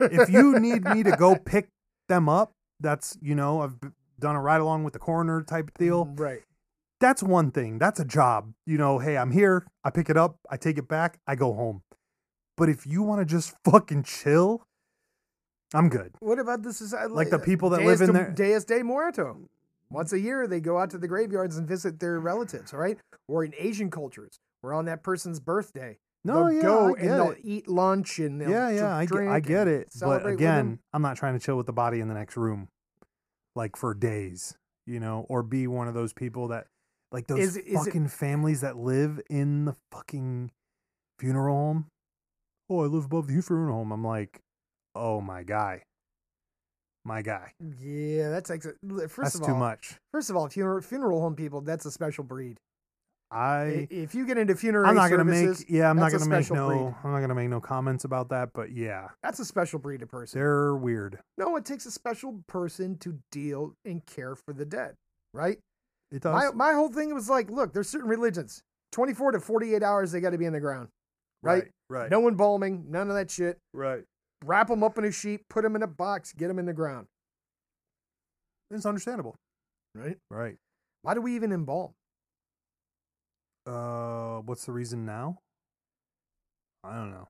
if you need me to go pick them up that's you know i've b- done a ride along with the coroner type deal
Mm, Right.
that's one thing that's a job you know hey i'm here i pick it up i take it back i go home but if you want to just fucking chill i'm good
What about the society?
Like the people that
Dias
live in
de,
there-
Dias de Muerto. Once a year, they go out to the graveyards and visit their relatives, all right? Or in Asian cultures, where on that person's birthday,
no
they'll
yeah,
go
I
and
get
they'll
it.
eat lunch and they'll
yeah, yeah, I
dr-
get,
drink
I get
and
it.
celebrate
But
with
again,
them.
I'm not trying to chill with the body in the next room, like for days, you know, or be one of those people that, like those
Is it- is it-
fucking families that live in the fucking funeral home. Oh, I live above the funeral home. I'm like, oh my guy, my guy.
yeah, that's ex- li- first
That's
of all,
too much.
first of all, funeral funeral home people, that's a special breed. I-
I.
if you get into funerary
I'm not gonna make.
services,
Yeah, I'm not
that's a
gonna make
special
no.
breed.
I'm not gonna make no comments about that. But yeah,
that's a special breed of person.
they're weird.
No, it takes a special person to deal and care for the dead, right?
It does.
My, my whole thing was like, look, there's certain religions. 24 to 48 hours, they got to be in the ground. right,
Right.
No embalming, none of that shit.
Right.
Wrap them up in a sheet, put them in a box, get them in the ground.
It's understandable.
Right?
Right.
Why do we even embalm?
Uh, what's the reason now? I don't know.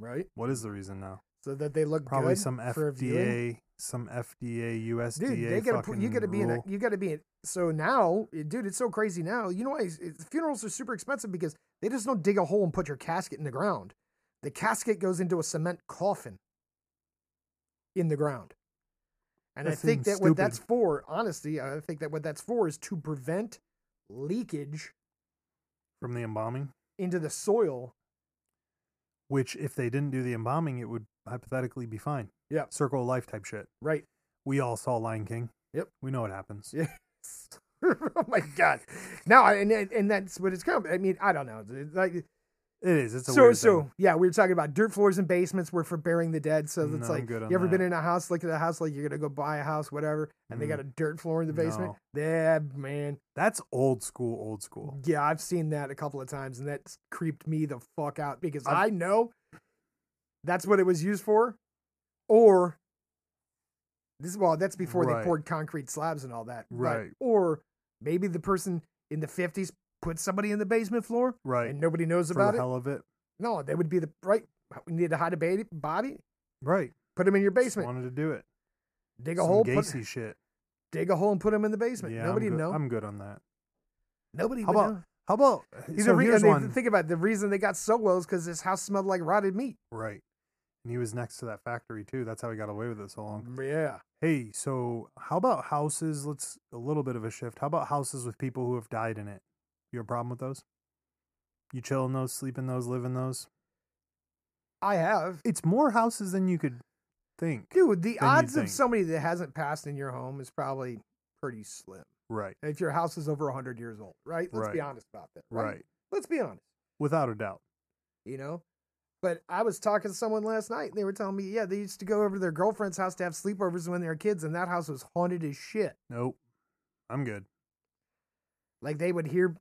Right?
What is the reason now?
So that they look
Probably
good
some
for a viewing?
FDA, some FDA, USDA.
Dude, they gotta put,
fucking
you gotta be in a,
rule.
you gotta be in. So now, it- dude, it's so crazy now. You know why it's- it's- funerals are super expensive because they just don't dig a hole and put your casket in the ground. The casket goes into a cement coffin in the ground. And
That
I think that
seems
what
stupid.
that's for, honestly, I think that what that's for is to prevent leakage
from the embalming.
into the soil.
Which, if they didn't do the embalming, it would hypothetically be fine.
Yeah.
Circle of life type shit.
Right.
We all saw Lion King.
Yep.
We know what happens.
Yeah. oh my god. Now, I- and and that's what it's come. I mean, I don't know. It's Like
It is. It's a
so
weird
so
thing.
yeah, we were talking about dirt floors and basements were for burying the dead. So
No,
it's
I'm
like
good
you
on
ever been
that.
in a house, look at a house like you're gonna go buy a house, whatever, and they got a
Mm-hmm.
dirt floor in the basement. Yeah, man.
That's old school. Old school.
Yeah, I've seen that a couple of times, and that's creeped me the fuck out because i
I've-
know that's what it was used for, or this is well, that's before
Right.
they poured concrete slabs and all that, but-
Right.
or maybe the person in the fifties put somebody in the basement floor
Right.
and nobody knows
For the
about it.
hell of it.
No, they would be the right We need to hide a baby, body.
Right.
Put him in your
Just
basement.
wanted to do it.
Dig a
Some
hole. Put,
Gacy shit.
dig a hole and put him in the basement.
Yeah,
Nobody
I'm
would
good.
know.
I'm good on that.
Nobody.
How
would
about-
know.
How about
He's
so
a re-
here's
and they-
one
Think about it. The reason they got so well is because this house smelled like rotted meat.
right, and he was next to that factory too. That's how he got away with it so long.
Yeah.
Hey, so how about houses? Let's a little bit of a shift. How about houses with people who have died in it? You have a problem with those? You chill in those, sleep in those, live in those.
I have.
It's more houses than you could think.
Dude, the
you'd
odds of
think.
somebody that hasn't passed in your home is probably pretty slim.
Right,
If your house is over 100 years old, right? Let's be
Right.
honest about that.
right,
Let's be honest.
without a doubt.
you know. But I was talking to someone last night, and they were telling me, yeah, they used to go over to their girlfriend's house to have sleepovers when they were kids, and that house was haunted as shit.
Nope, I'm good.
Like they would hear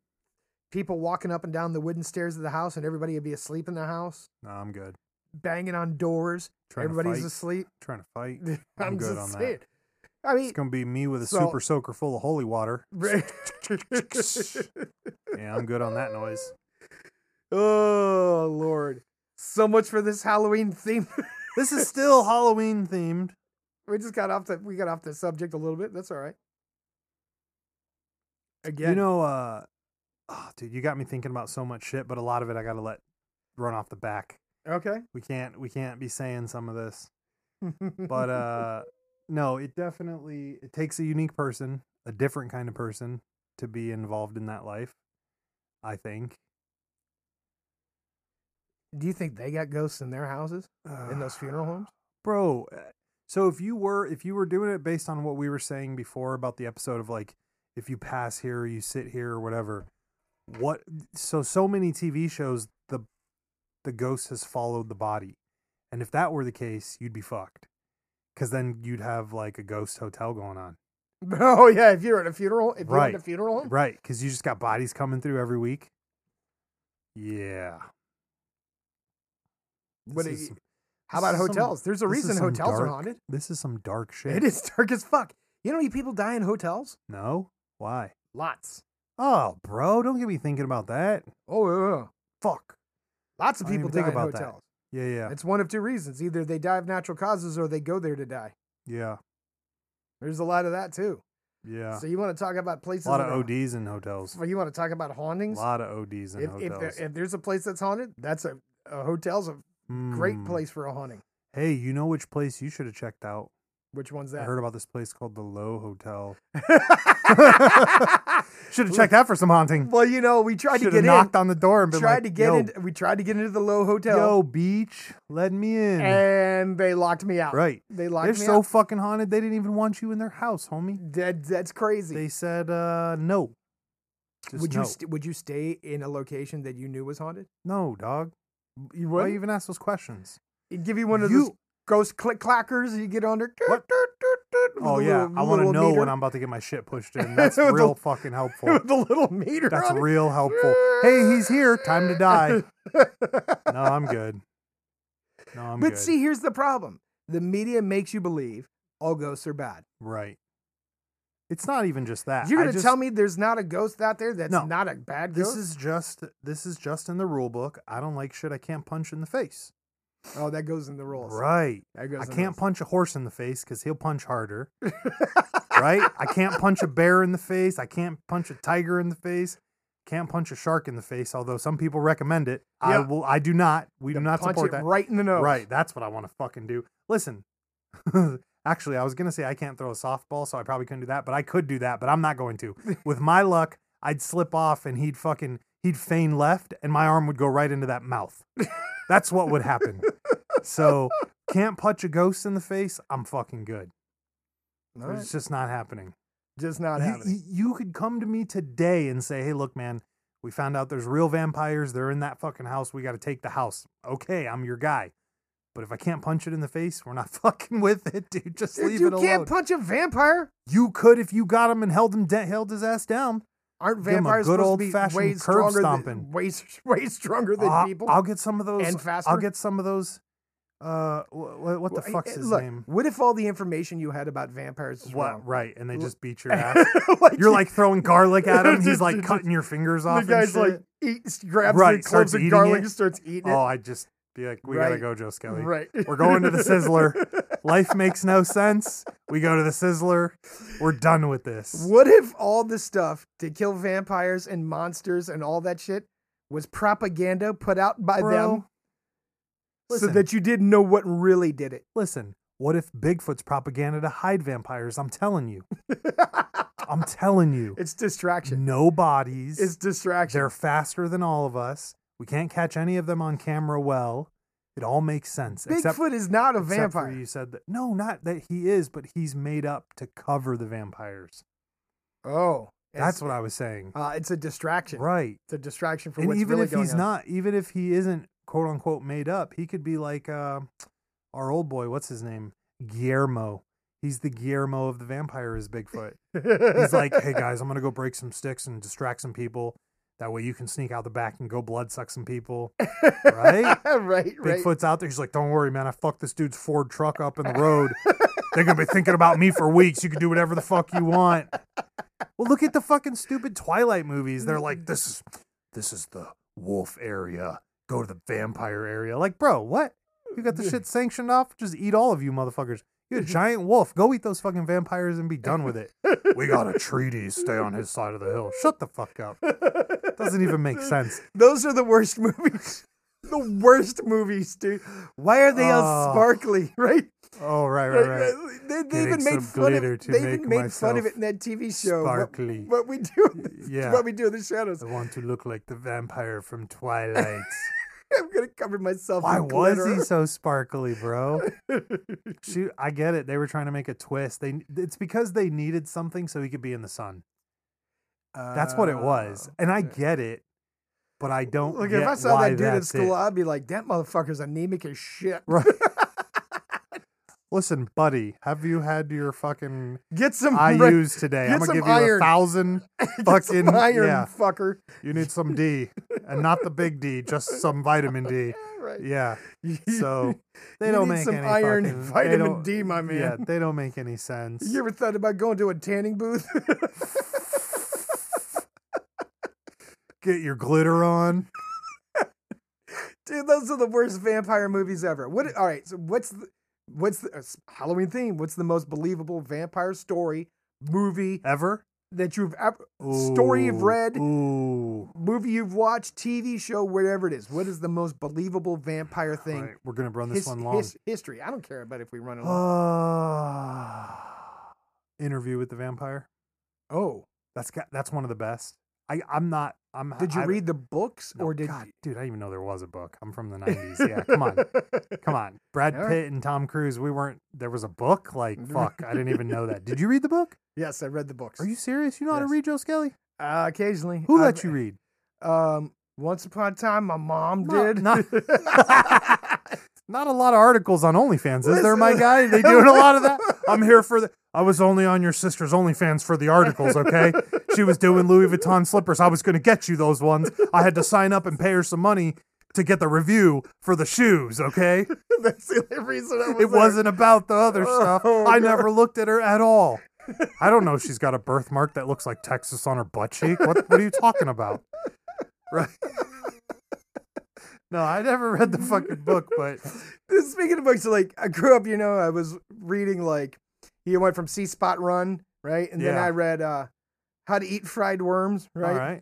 people walking up and down the wooden stairs of the house, and everybody would be asleep in the house,
No, I'm good.
banging on doors.
Trying
Everybody's
to fight.
asleep.
trying to fight.
I'm,
I'm good
just
on that.
saying. I mean,
It's gonna be me with a
So-
super soaker full of holy water.
Right.
Yeah, I'm good on that noise.
oh Lord, so much for this Halloween theme.
This is still Halloween themed.
we just got off the we got off the subject a little bit. That's all right. Again,
You know, uh, oh, dude, you got me thinking about so much shit, but a lot of it I gotta let run off the back.
okay.
We can't, we can't be saying some of this. But uh, no, it definitely it takes a unique person, a different kind of person, to be involved in that life. I think
do you think they got ghosts in their houses in those funeral homes?
bro uh, so if you were if you were doing it based on what we were saying before about the episode of like if you pass here or you sit here or whatever what so so many tv shows the the ghost has followed the body and if that were the case you'd be fucked because then you'd have like a ghost hotel going on
oh yeah, if you're at a funeral, if you're
Right.
at a funeral home,
right because you just got bodies coming through every week yeah
But
This is
it-
some-
how
this
about
is some-
hotels? There's a
this is
reason
some
hotels are
dark
haunted.
this is some dark shit
It is dark as fuck. You know, how many people die in hotels.
no why
Lots.
Oh, bro, don't get me thinking about that.
Oh yeah, yeah.
Fuck.
lots of
I didn't
people
even think
die in
about that.
hotels.
Yeah, yeah,
It's one of two reasons: either they die of natural causes, or they go there to die.
yeah,
There's a lot of that too.
yeah.
So you want to talk about places?
a lot of
that are-
ODs in hotels.
Well, you want to talk about
A
hauntings?
lot of ODs in
If, if,
hotels.
there, if there's a place that's haunted, that's a, a hotel's a great
Mm.
place for a haunting.
Hey, you know which place you should have checked out?
Which one's
I
that?
heard about this place called the Low Hotel. Should have
Look-
checked out for some haunting.
well, you know, we tried
Should
to
have
get
knocked on the door and
in.
been
Tried
like,
to get
yo,
in. We tried to get into the low hotel,
yo, beach, let me in.
and they locked me out.
right.
They locked
They're
me
so
out.
fucking haunted. They didn't even want you in their house, homie.
That, that's crazy.
They said uh, no. Just
would
no.
you st- would you stay in a location that you knew was haunted?
no, dog.
You
Why
would.
even ask those questions?
It'd give you one of
You-
those ghost click clackers. You get on there.
What? Oh yeah, I want to know
meter,
when I'm about to get my shit pushed in. That's
With the-
real fucking helpful.
with the little meter.
That's
on it.
real helpful. Hey, he's here. Time to die. No, I'm good. No, I'm
but
good.
see, here's the problem: the media makes you believe all ghosts are bad.
right. It's not even just that.
You're
I
gonna
just-
tell me there's not a ghost out there that's
No.
not a bad
this
ghost?
is just this is just in the rule book. I don't like shit I can't punch in the face.
oh, that goes in the rules.
Right.
That goes
I
in the
can't
rules.
punch a horse in the face because he'll punch harder. right? I can't punch a bear in the face. I can't punch a tiger in the face. Can't punch a shark in the face, although some people recommend it. I
Yeah.
will I do not. We do not
punch
support
it
that.
right in the nose.
Right. That's what I want to fucking do. Listen. Actually, I was going to say I can't throw a softball, so I probably couldn't do that, but I could do that, but I'm not going to. With my luck, I'd slip off and he'd fucking he'd feign left and my arm would go right into that mouth. That's what would happen. so, can't punch a ghost in the face. I'm fucking good.
All right.
It's just not happening.
Just not
You-
happening.
You, you could come to me today and say, "Hey, look, man, we found out there's real vampires. They're in that fucking house. We got to take the house." Okay, I'm your guy. But if I can't punch it in the face, we're not fucking with it, dude. Just
Dude,
leave
you
it alone.
can't punch a vampire.
you could if you got him and held him de- held his ass down.
Aren't
Give 'em a
vampires
good
supposed to be
old-fashioned
way
curb
stronger than
stomping. Ah,
way, s- way stronger than
I'll,
people?
I'll get some of those.
And faster?
I'll get some of those. Uh, wh- wh- what the
Well, I-
fuck's
I-
his
look,
name?
What if all the information you had about vampires is
What?
wrong?
Right, and they
Wh-
just beat your ass.
Like,
You're like throwing garlic at him.
Just-
He's like
just-
cutting your fingers
the
off. and
guy's
shit.
like eats, grabs
Right,
the cloves
starts
of
eating
garlic
it.
and starts eating
Oh,
it.
I just Be like, we gotta
Right.
go, Joe Skelly.
Right.
We're going to the Sizzler. Life makes no sense. We go to the Sizzler. We're done with this.
What if all the stuff to kill vampires and monsters and all that shit was propaganda put out by
Bro,
them
listen.
so that you didn't know what really did it?
Listen, what if Bigfoot's propaganda to hide vampires? I'm telling you. I'm telling you.
it's distraction.
No bodies.
It's distraction.
They're faster than all of us. We can't catch any of them on camera well. It all makes sense. except,
Bigfoot is not a
except for
vampire.
you said that. No, not that he is, but he's made up to cover the vampires.
Oh,
That's
it's,
what I was saying.
uh, it's a distraction.
Right.
It's a distraction for
And
what's
even
really
if
going
he's
on.
not, even if he isn't quote unquote made up, he could be like uh, our old boy. What's his name? Guillermo. He's the Guillermo of the vampire is Bigfoot. He's like, hey guys, I'm gonna go break some sticks and distract some people. That way you can sneak out the back and go blood suck some people. right?
right, right.
Bigfoot's out there. He's like, don't worry, man. I fucked this dude's Ford truck up in the road. They're gonna be thinking about me for weeks. You can do whatever the fuck you want. Well, look at the fucking stupid Twilight movies. They're like, this is this is the wolf area. Go to the vampire area. Like, bro, what? You got the shit sanctioned off? Just eat all of you motherfuckers. You're a giant wolf. Go eat those fucking vampires and be done with it. We got a treaty. Stay on his side of the hill. Shut the fuck up. Doesn't even make sense.
Those are the worst movies. the worst movies, dude. Why are they all
Oh.
sparkly, right?
Oh, right, right, right.
They, they
Getting
even made
some
fun of
glitter
it.
to
They
make
even made fun of
myself
it in that TV show. what-
sparkly.
What, we do, in the-
Yeah.
what we do in the shadows.
I want to look like the vampire from Twilight.
I'm gonna cover myself.
Why
in
was he
glitter.
so sparkly, bro? Shoot, I get it. They were trying to make a twist. They it's because they needed something so he could be in the sun. That's what it was,
Oh.
and I get it, but I don't
Look,
get
if I saw
why
that dude at
that's
school,
it.
I'd be like, "That motherfucker's anemic as shit."
Right. Listen, buddy, have you had your fucking
Get some right,
IU's today?
Get
I'm gonna
some
give you a
iron.
thousand.
get some
fucking-
iron,
yeah.
fucker.
You need some D, and not the big D, just some vitamin D.
Right.
Yeah. So they
You
don't
need
make
some
any
iron
fucking,
and
they
vitamin
don't-
D, my man.
Yeah, they don't make any sense.
You ever thought about going to a tanning booth?
Get your glitter on.
Dude, those are the worst vampire movies ever. What? All right. So what's the what's the uh, s- Halloween theme? What's the most believable vampire story movie
Ever?
that you've ever story you've
Ooh,
read?
Ooh.
Movie you've watched, TV show, whatever it is. What is the most believable vampire
All
thing?
right, we're gonna run this
His-
one long. Uh,
his- history. I don't care about if we run it long.
Ah. interview with the vampire.
oh,
That's got, that's one of the best. I I'm not. I'm.
did you
I-
read the books
no,
or did
God,
you?
dude? I didn't even know there was a book. I'm from the '90s. Yeah, come on, come on. Brad
All right.
Pitt and Tom Cruise. We weren't. There was a book. Like fuck. I didn't even know that. Did you read the book?
Yes, I read the books.
Are you serious? You know how
Yes.
to read, Joe Skelly?
Uh, occasionally.
Who
I've-
let you read?
Um, once upon a time, my mom
No,
did.
no. Not a lot of articles on OnlyFans, is there,
Listen.
my guy? They doing a lot of that. I'm here for the. I was only on your sister's OnlyFans for the articles, okay? She was doing Louis Vuitton slippers. I was going to get you those ones. I had to sign up and pay her some money to get the review for the shoes, okay?
That's the only reason I was
It
there.
wasn't about the other stuff.
Oh,
I
God.
never looked at her at all. I don't know if she's got a birthmark that looks like Texas on her butt cheek. What, what are you talking about? Right. No, I never read the fucking book, but
Speaking of books, like I grew up, you know, I was reading like he went from Sea Spot Run, right, and then
Yeah.
I read uh, How to Eat Fried Worms, right.
all right.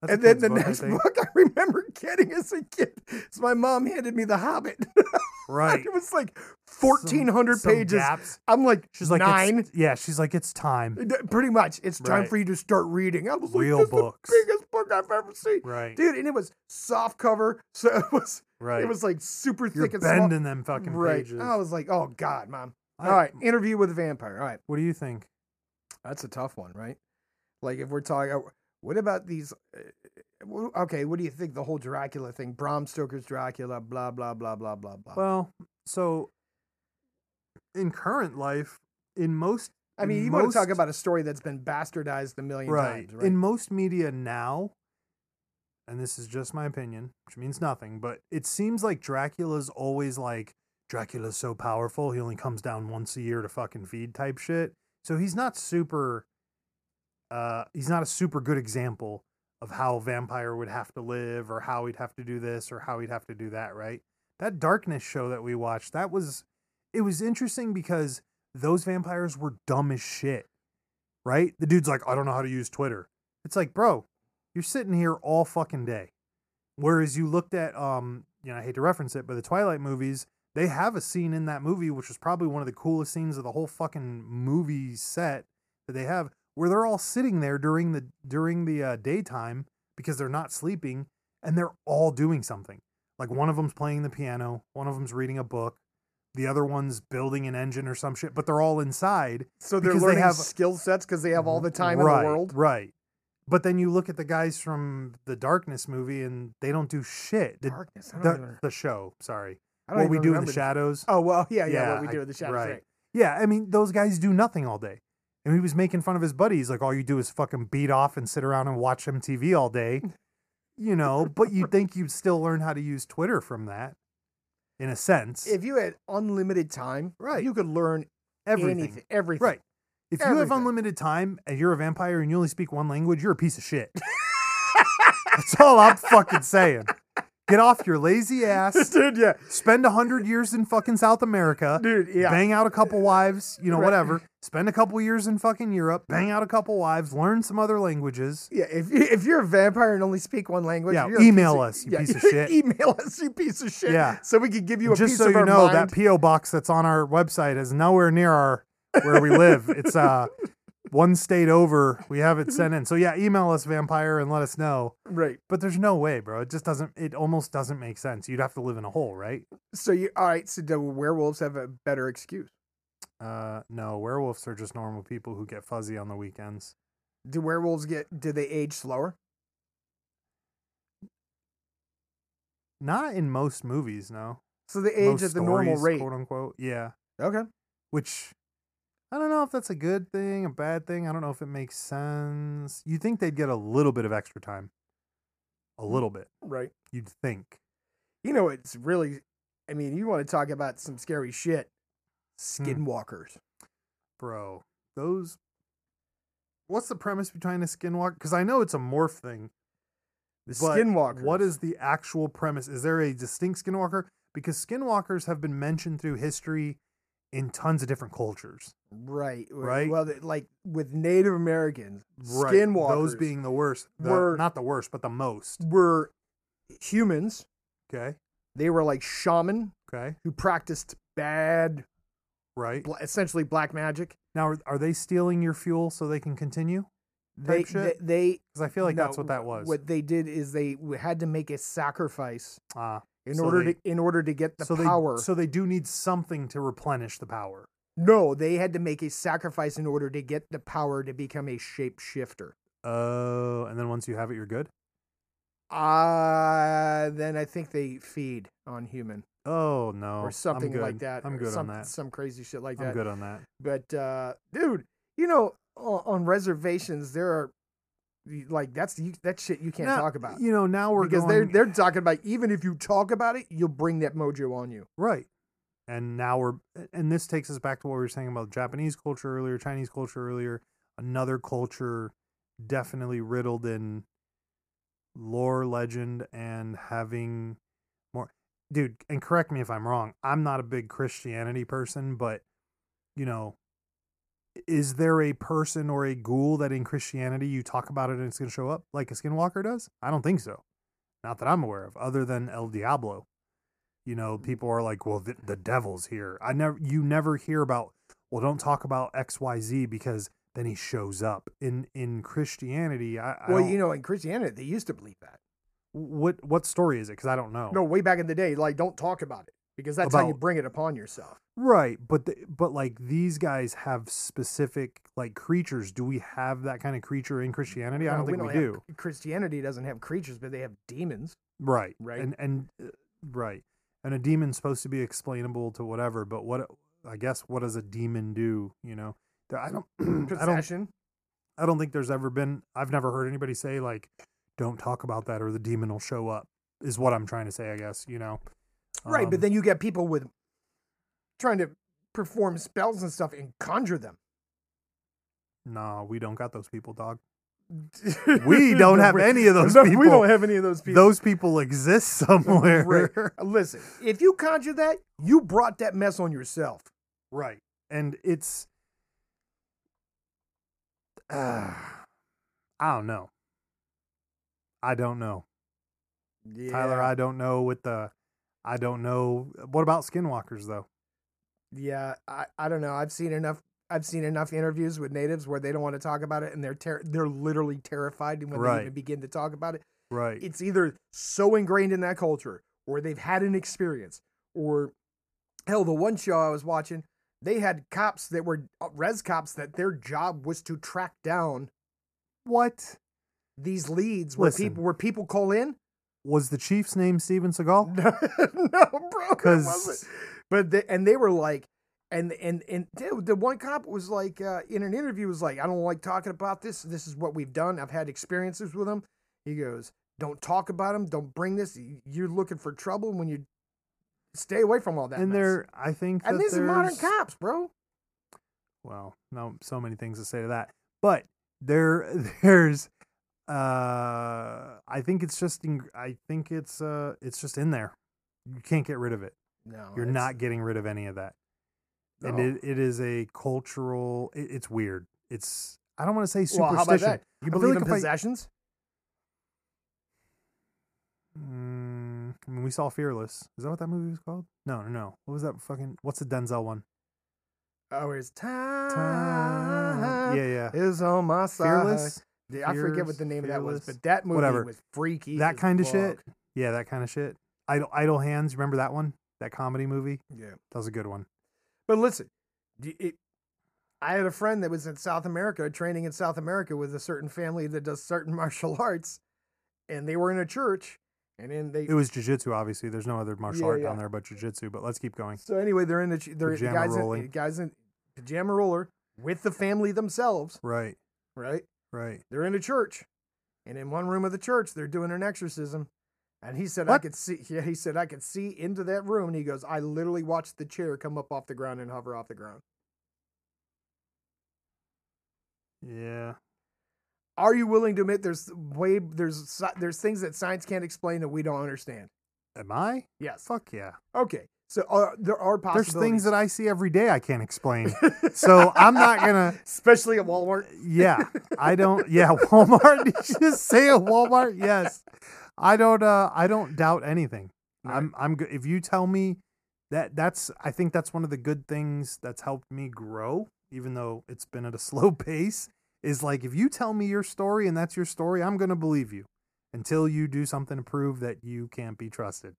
That's a
And then
kid's
the
book, I
next
think.
book I remember getting as a kid is my mom handed me The Hobbit.
right?
it was like
Some-
1,400
some
pages.
gaps.
I'm like,
She's like it's-
nine.
Yeah, she's like it's time.
Pretty much, it's time
Right.
for you to start reading. I was like,
Real
this is
books.
the biggest book I've ever seen.
Right.
dude and it was soft cover so it was
right.
it was like super
You're
thick and small.
bending them fucking
right
pages.
i was like oh god mom
I-
all right interview with a vampire all right
What do you think?
that's a tough one right like if we're talking what about these uh, wh- okay what do you think the whole dracula thing bram stoker's dracula blah blah blah blah blah blah
Well, so in current life, in most
i mean you want to talk
most-
about a story that's been bastardized a million times right
In most media now, and this is just my opinion, which means nothing, but it seems like Dracula's always like Dracula's so powerful, he only comes down once a year to fucking feed type shit. So he's not super uh he's not a super good example of how a vampire would have to live or how he'd have to do this or how he'd have to do that, right? that darkness show that we watched that was it was interesting because those vampires were dumb as shit right the dude's like i don't know how to use twitter it's like bro you're sitting here all fucking day whereas you looked at um you know i hate to reference it but the twilight movies they have a scene in that movie which was probably one of the coolest scenes of the whole fucking movie set that they have where they're all sitting there during the during the uh, daytime because they're not sleeping and they're all doing something like one of them's playing the piano one of them's reading a book the other one's building an engine or some shit but they're all inside
So they're
Because they
learning
have-
skill sets because they have all the time
Mm-hmm. right,
in the world.
right but then you look at the guys from the darkness movie and they don't do shit the,
Darkness. I don't
the,
even-
the show sorry
I don't
what we
even
do in
remember
the
this.
shadows
Oh well, yeah, yeah.
Yeah,
what we
I-
do in the shadows.
right.
Right.
Yeah, I mean, those guys do nothing all day. And he was making fun of his buddies, like all you do is fucking beat off and sit around and watch MTV all day, you know. but you think you'd still learn how to use Twitter from that, in a sense.
If you had unlimited time,
Right.
you could learn
everything,
anything, everything.
right? If you have
Everything.
unlimited time and you're a vampire and you only speak one language, you're a piece of shit. That's all I'm fucking saying. Get off your lazy ass.
dude. Yeah,
Spend a hundred years in fucking South America.
dude. Yeah,
bang out a couple wives, you know,
Right.
whatever. Spend a couple years in fucking Europe, bang out a couple wives, learn some other languages.
yeah. If you- if you're a vampire and only speak one language,
Yeah,
you're a
email
piece of-
us, you piece of shit.
email us, you piece of shit.
Yeah.
so we could give you a
Just
piece
so
of
you
our
know,
mind.
that PO box that's on our website is nowhere near our where we live. it's uh one state over. We have it sent in. So yeah, email us vampire and let us know.
right.
But there's no way, bro. It just doesn't it almost doesn't make sense. You'd have to live in a hole, right?
So you all right? So do werewolves have a better excuse?
Uh no, werewolves are just normal people who get fuzzy on the weekends.
Do werewolves get? Do they age slower?
Not in most movies, no.
So they age
Most
at the normal
stories,
rate.
quote unquote. Yeah.
Okay.
which I don't know if that's a good thing, a bad thing. I don't know if it makes sense. You'd think they'd get a little bit of extra time. A little bit.
Right.
You'd think.
You know, it's really. I mean, you want to talk about some scary shit?
Hmm.
Skinwalkers.
Bro, those. What's the premise behind a skinwalker? Because I know it's a morph thing.
The
but
skinwalkers.
What is the actual premise? Is there a distinct skinwalker? Because skinwalkers have been mentioned through history in tons of different cultures.
Right. w-
Right?
Well, th- like with Native Americans,
Right.
skinwalkers
Those being the worst. The,
were-
not the worst, but the most.
were humans.
Okay.
They were like shaman
Okay.
who practiced bad,
Right.
bla- essentially black magic.
Now, are, are they stealing your fuel so they can continue?
They,
Type
they,
shit?
they-
Because I feel like that's
no,
what that was.
What they did is they w- had to make a sacrifice
Ah,
in
So
order
they-
to in order to get the
so
power.
They, so they do need something to replenish the power.
no, they had to make a sacrifice in order to get the power to become a shapeshifter.
Oh, and then once you have it, you're good.
Uh then I think they feed on human
Oh no,
or something
I'm good.
like that.
I'm
or
good
some,
on that.
Some crazy shit like
I'm
that.
good on that.
But uh, dude, you know, on, on reservations there are like that's you, that shit you can't
Now-
talk about
You know, now we're
because
going,
they're they're talking about even if you talk about it, you'll bring that mojo on you.
right. And now we're and this takes us back to what we were saying about Japanese culture earlier, Chinese culture earlier, another culture definitely riddled in lore, legend, and having more. Dude, and correct me if I'm wrong. I'm not a big Christianity person, but you know, is there a person or a ghoul that in Christianity you talk about it and it's going to show up like a skinwalker does? I don't think so. Not that I'm aware of, other than El Diablo. You know,
Mm.
people are like, well, the, the devil's here. I never, you never hear about, well, don't talk about XYZ because then he shows up. In in Christianity, I, I
well,
don't-
you know, in Christianity they used to believe that.
what what story is it? Because I don't know.
No, way back in the day, like don't talk about it because that's how you
About-
bring it upon yourself.
right? But the, but like these guys have specific like creatures. Do we have that kind of creature in Christianity? I
Uh,
don't think we,
have-
do.
Christianity doesn't have creatures, but they have demons.
Right.
Right.
And and uh, right. And a demon's supposed to be explainable to whatever. But what I guess what does a demon do? You know, There- I don't Mm, I don't
Possession.
I don't think there's ever been. I've never heard anybody say like, "Don't talk about that," or the demon will show up. Is what I'm trying to say. I guess you know.
Right, but
Um,
then you get people with trying to perform spells and stuff and conjure them.
nah, we don't got those people, dog. We don't have any of those people.
We don't have any of those people.
Those people exist somewhere.
Right. Listen, if you conjure that, you brought that mess on yourself.
Right. And it's uh, I don't know. I don't know.
Yeah.
Tyler, I don't know with the I don't know what about skinwalkers though?
yeah, I, I don't know. I've seen enough. I've seen enough interviews with natives where they don't want to talk about it, and they're ter- they're literally terrified when
Right.
they even begin to talk about it.
Right.
It's either so ingrained in that culture, or they've had an experience, or hell, the one show I was watching, they had cops that were uh, res cops that their job was to track down
what
these leads where
Listen.
people where people call in.
was the chief's name Steven Seagal?
No, no bro, it wasn't.
Cuz
But they, and they were like, and and and the the one cop was like uh, in an interview was like, I don't like talking about this. This is what we've done. I've had experiences with them. He goes, don't talk about them. Don't bring this. You're looking for trouble when you stay away from all that.
and
mess."
there I think
and
that
these are modern
there's-
cops, bro.
well, no, so many things to say to that. But there, there's, uh, I think it's just, in, I think it's, uh, it's just in there. You can't get rid of it.
No,
You're
Oh, it's- Oh.
not getting rid of any of that. And
No.
it, it is a cultural. It, it's weird. It's I don't want to say
Well,
superstition.
how about that?
I
You
feel
believe
like
in
if I-
possessions?
Mm, I mean, we saw Fearless. Is that what that movie was called? No, no, no. What was that fucking? What's the Denzel one?
Oh, it's time.
Time- Yeah, yeah.
Is on my side.
Fearless.
Yeah, I forget what the name of that was,
Fearless,
but that movie
whatever.
was freaky.
that
as
kind of
fuck.
shit. Yeah, that kind of shit. Idle Idle Hands. Remember that one? That comedy movie.
Yeah.
That was a good one.
But listen, d- it, I had a friend that was in South America, training in South America with a certain family that does certain martial arts, and they were in a church, and then they.
It was jujitsu, obviously. There's no other martial
Yeah,
art
yeah.
down there but jujitsu. But let's keep going.
so anyway, they're in the ch- they're
Pajama
guys in,
rolling.
guys in pajama roller with the family themselves,
Right,
right?
right.
They're in a church, and in one room of the church, they're doing an exorcism. And he said, "I
What?
could see." Yeah, he said, "I could see into that room." And he goes, "I literally watched the chair come up off the ground and hover off the ground."
Yeah.
Are you willing to admit there's way there's sci- there's things that science can't explain that we don't understand?
Am I?
Yes.
Fuck yeah.
Okay. So are, there are
There's
possibilities.
things that I see every day I can't explain. so I'm not gonna.
especially at Walmart.
Yeah, I don't. Yeah, Walmart. Did you just say a Walmart? Yes. I don't. Uh, I don't doubt anything.
Right.
I'm. I'm good. If you tell me that, that's. I think that's one of the good things that's helped me grow, even though it's been at a slow pace. Is like if you tell me your story and that's your story, I'm gonna believe you until you do something to prove that you can't be trusted.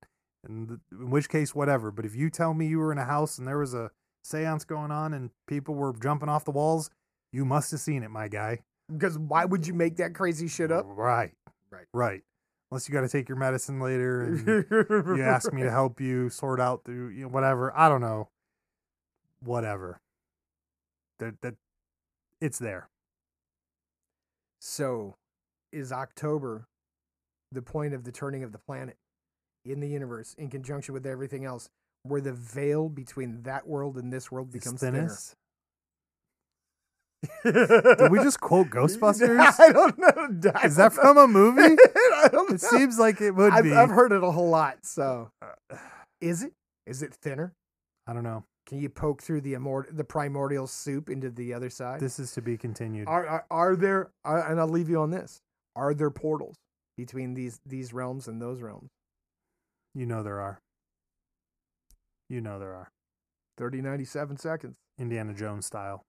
And th- in which case, whatever. But if you tell me you were in a house and there was a seance going on and people were jumping off the walls, you must have seen it, my guy.
Because why would you make that crazy shit up?
Right.
Right.
Right. Unless you got to take your medicine later and you
you
ask me to help you sort out through you know, whatever. I don't know. Whatever. That that it's there.
So, is October the point of the turning of the planet in the universe in conjunction with everything else, where the veil between that world and this world
It's
becomes thinner?
thinnest. Did we just quote Ghostbusters?
I don't know. I
Is that
don't know.
from a movie?
I don't
It
know.
seems like it would
I've,
be. Uh,
I've heard it a whole lot. So, is it? Is it thinner?
I don't know.
Can you poke through the immort- the primordial soup into the other side?
This is to be continued.
are, are are there? Are, and I'll leave you on this. Are there portals between these these realms and those realms?
You know there are. You know there are.
Thirty ninety seven seconds.
Indiana Jones style.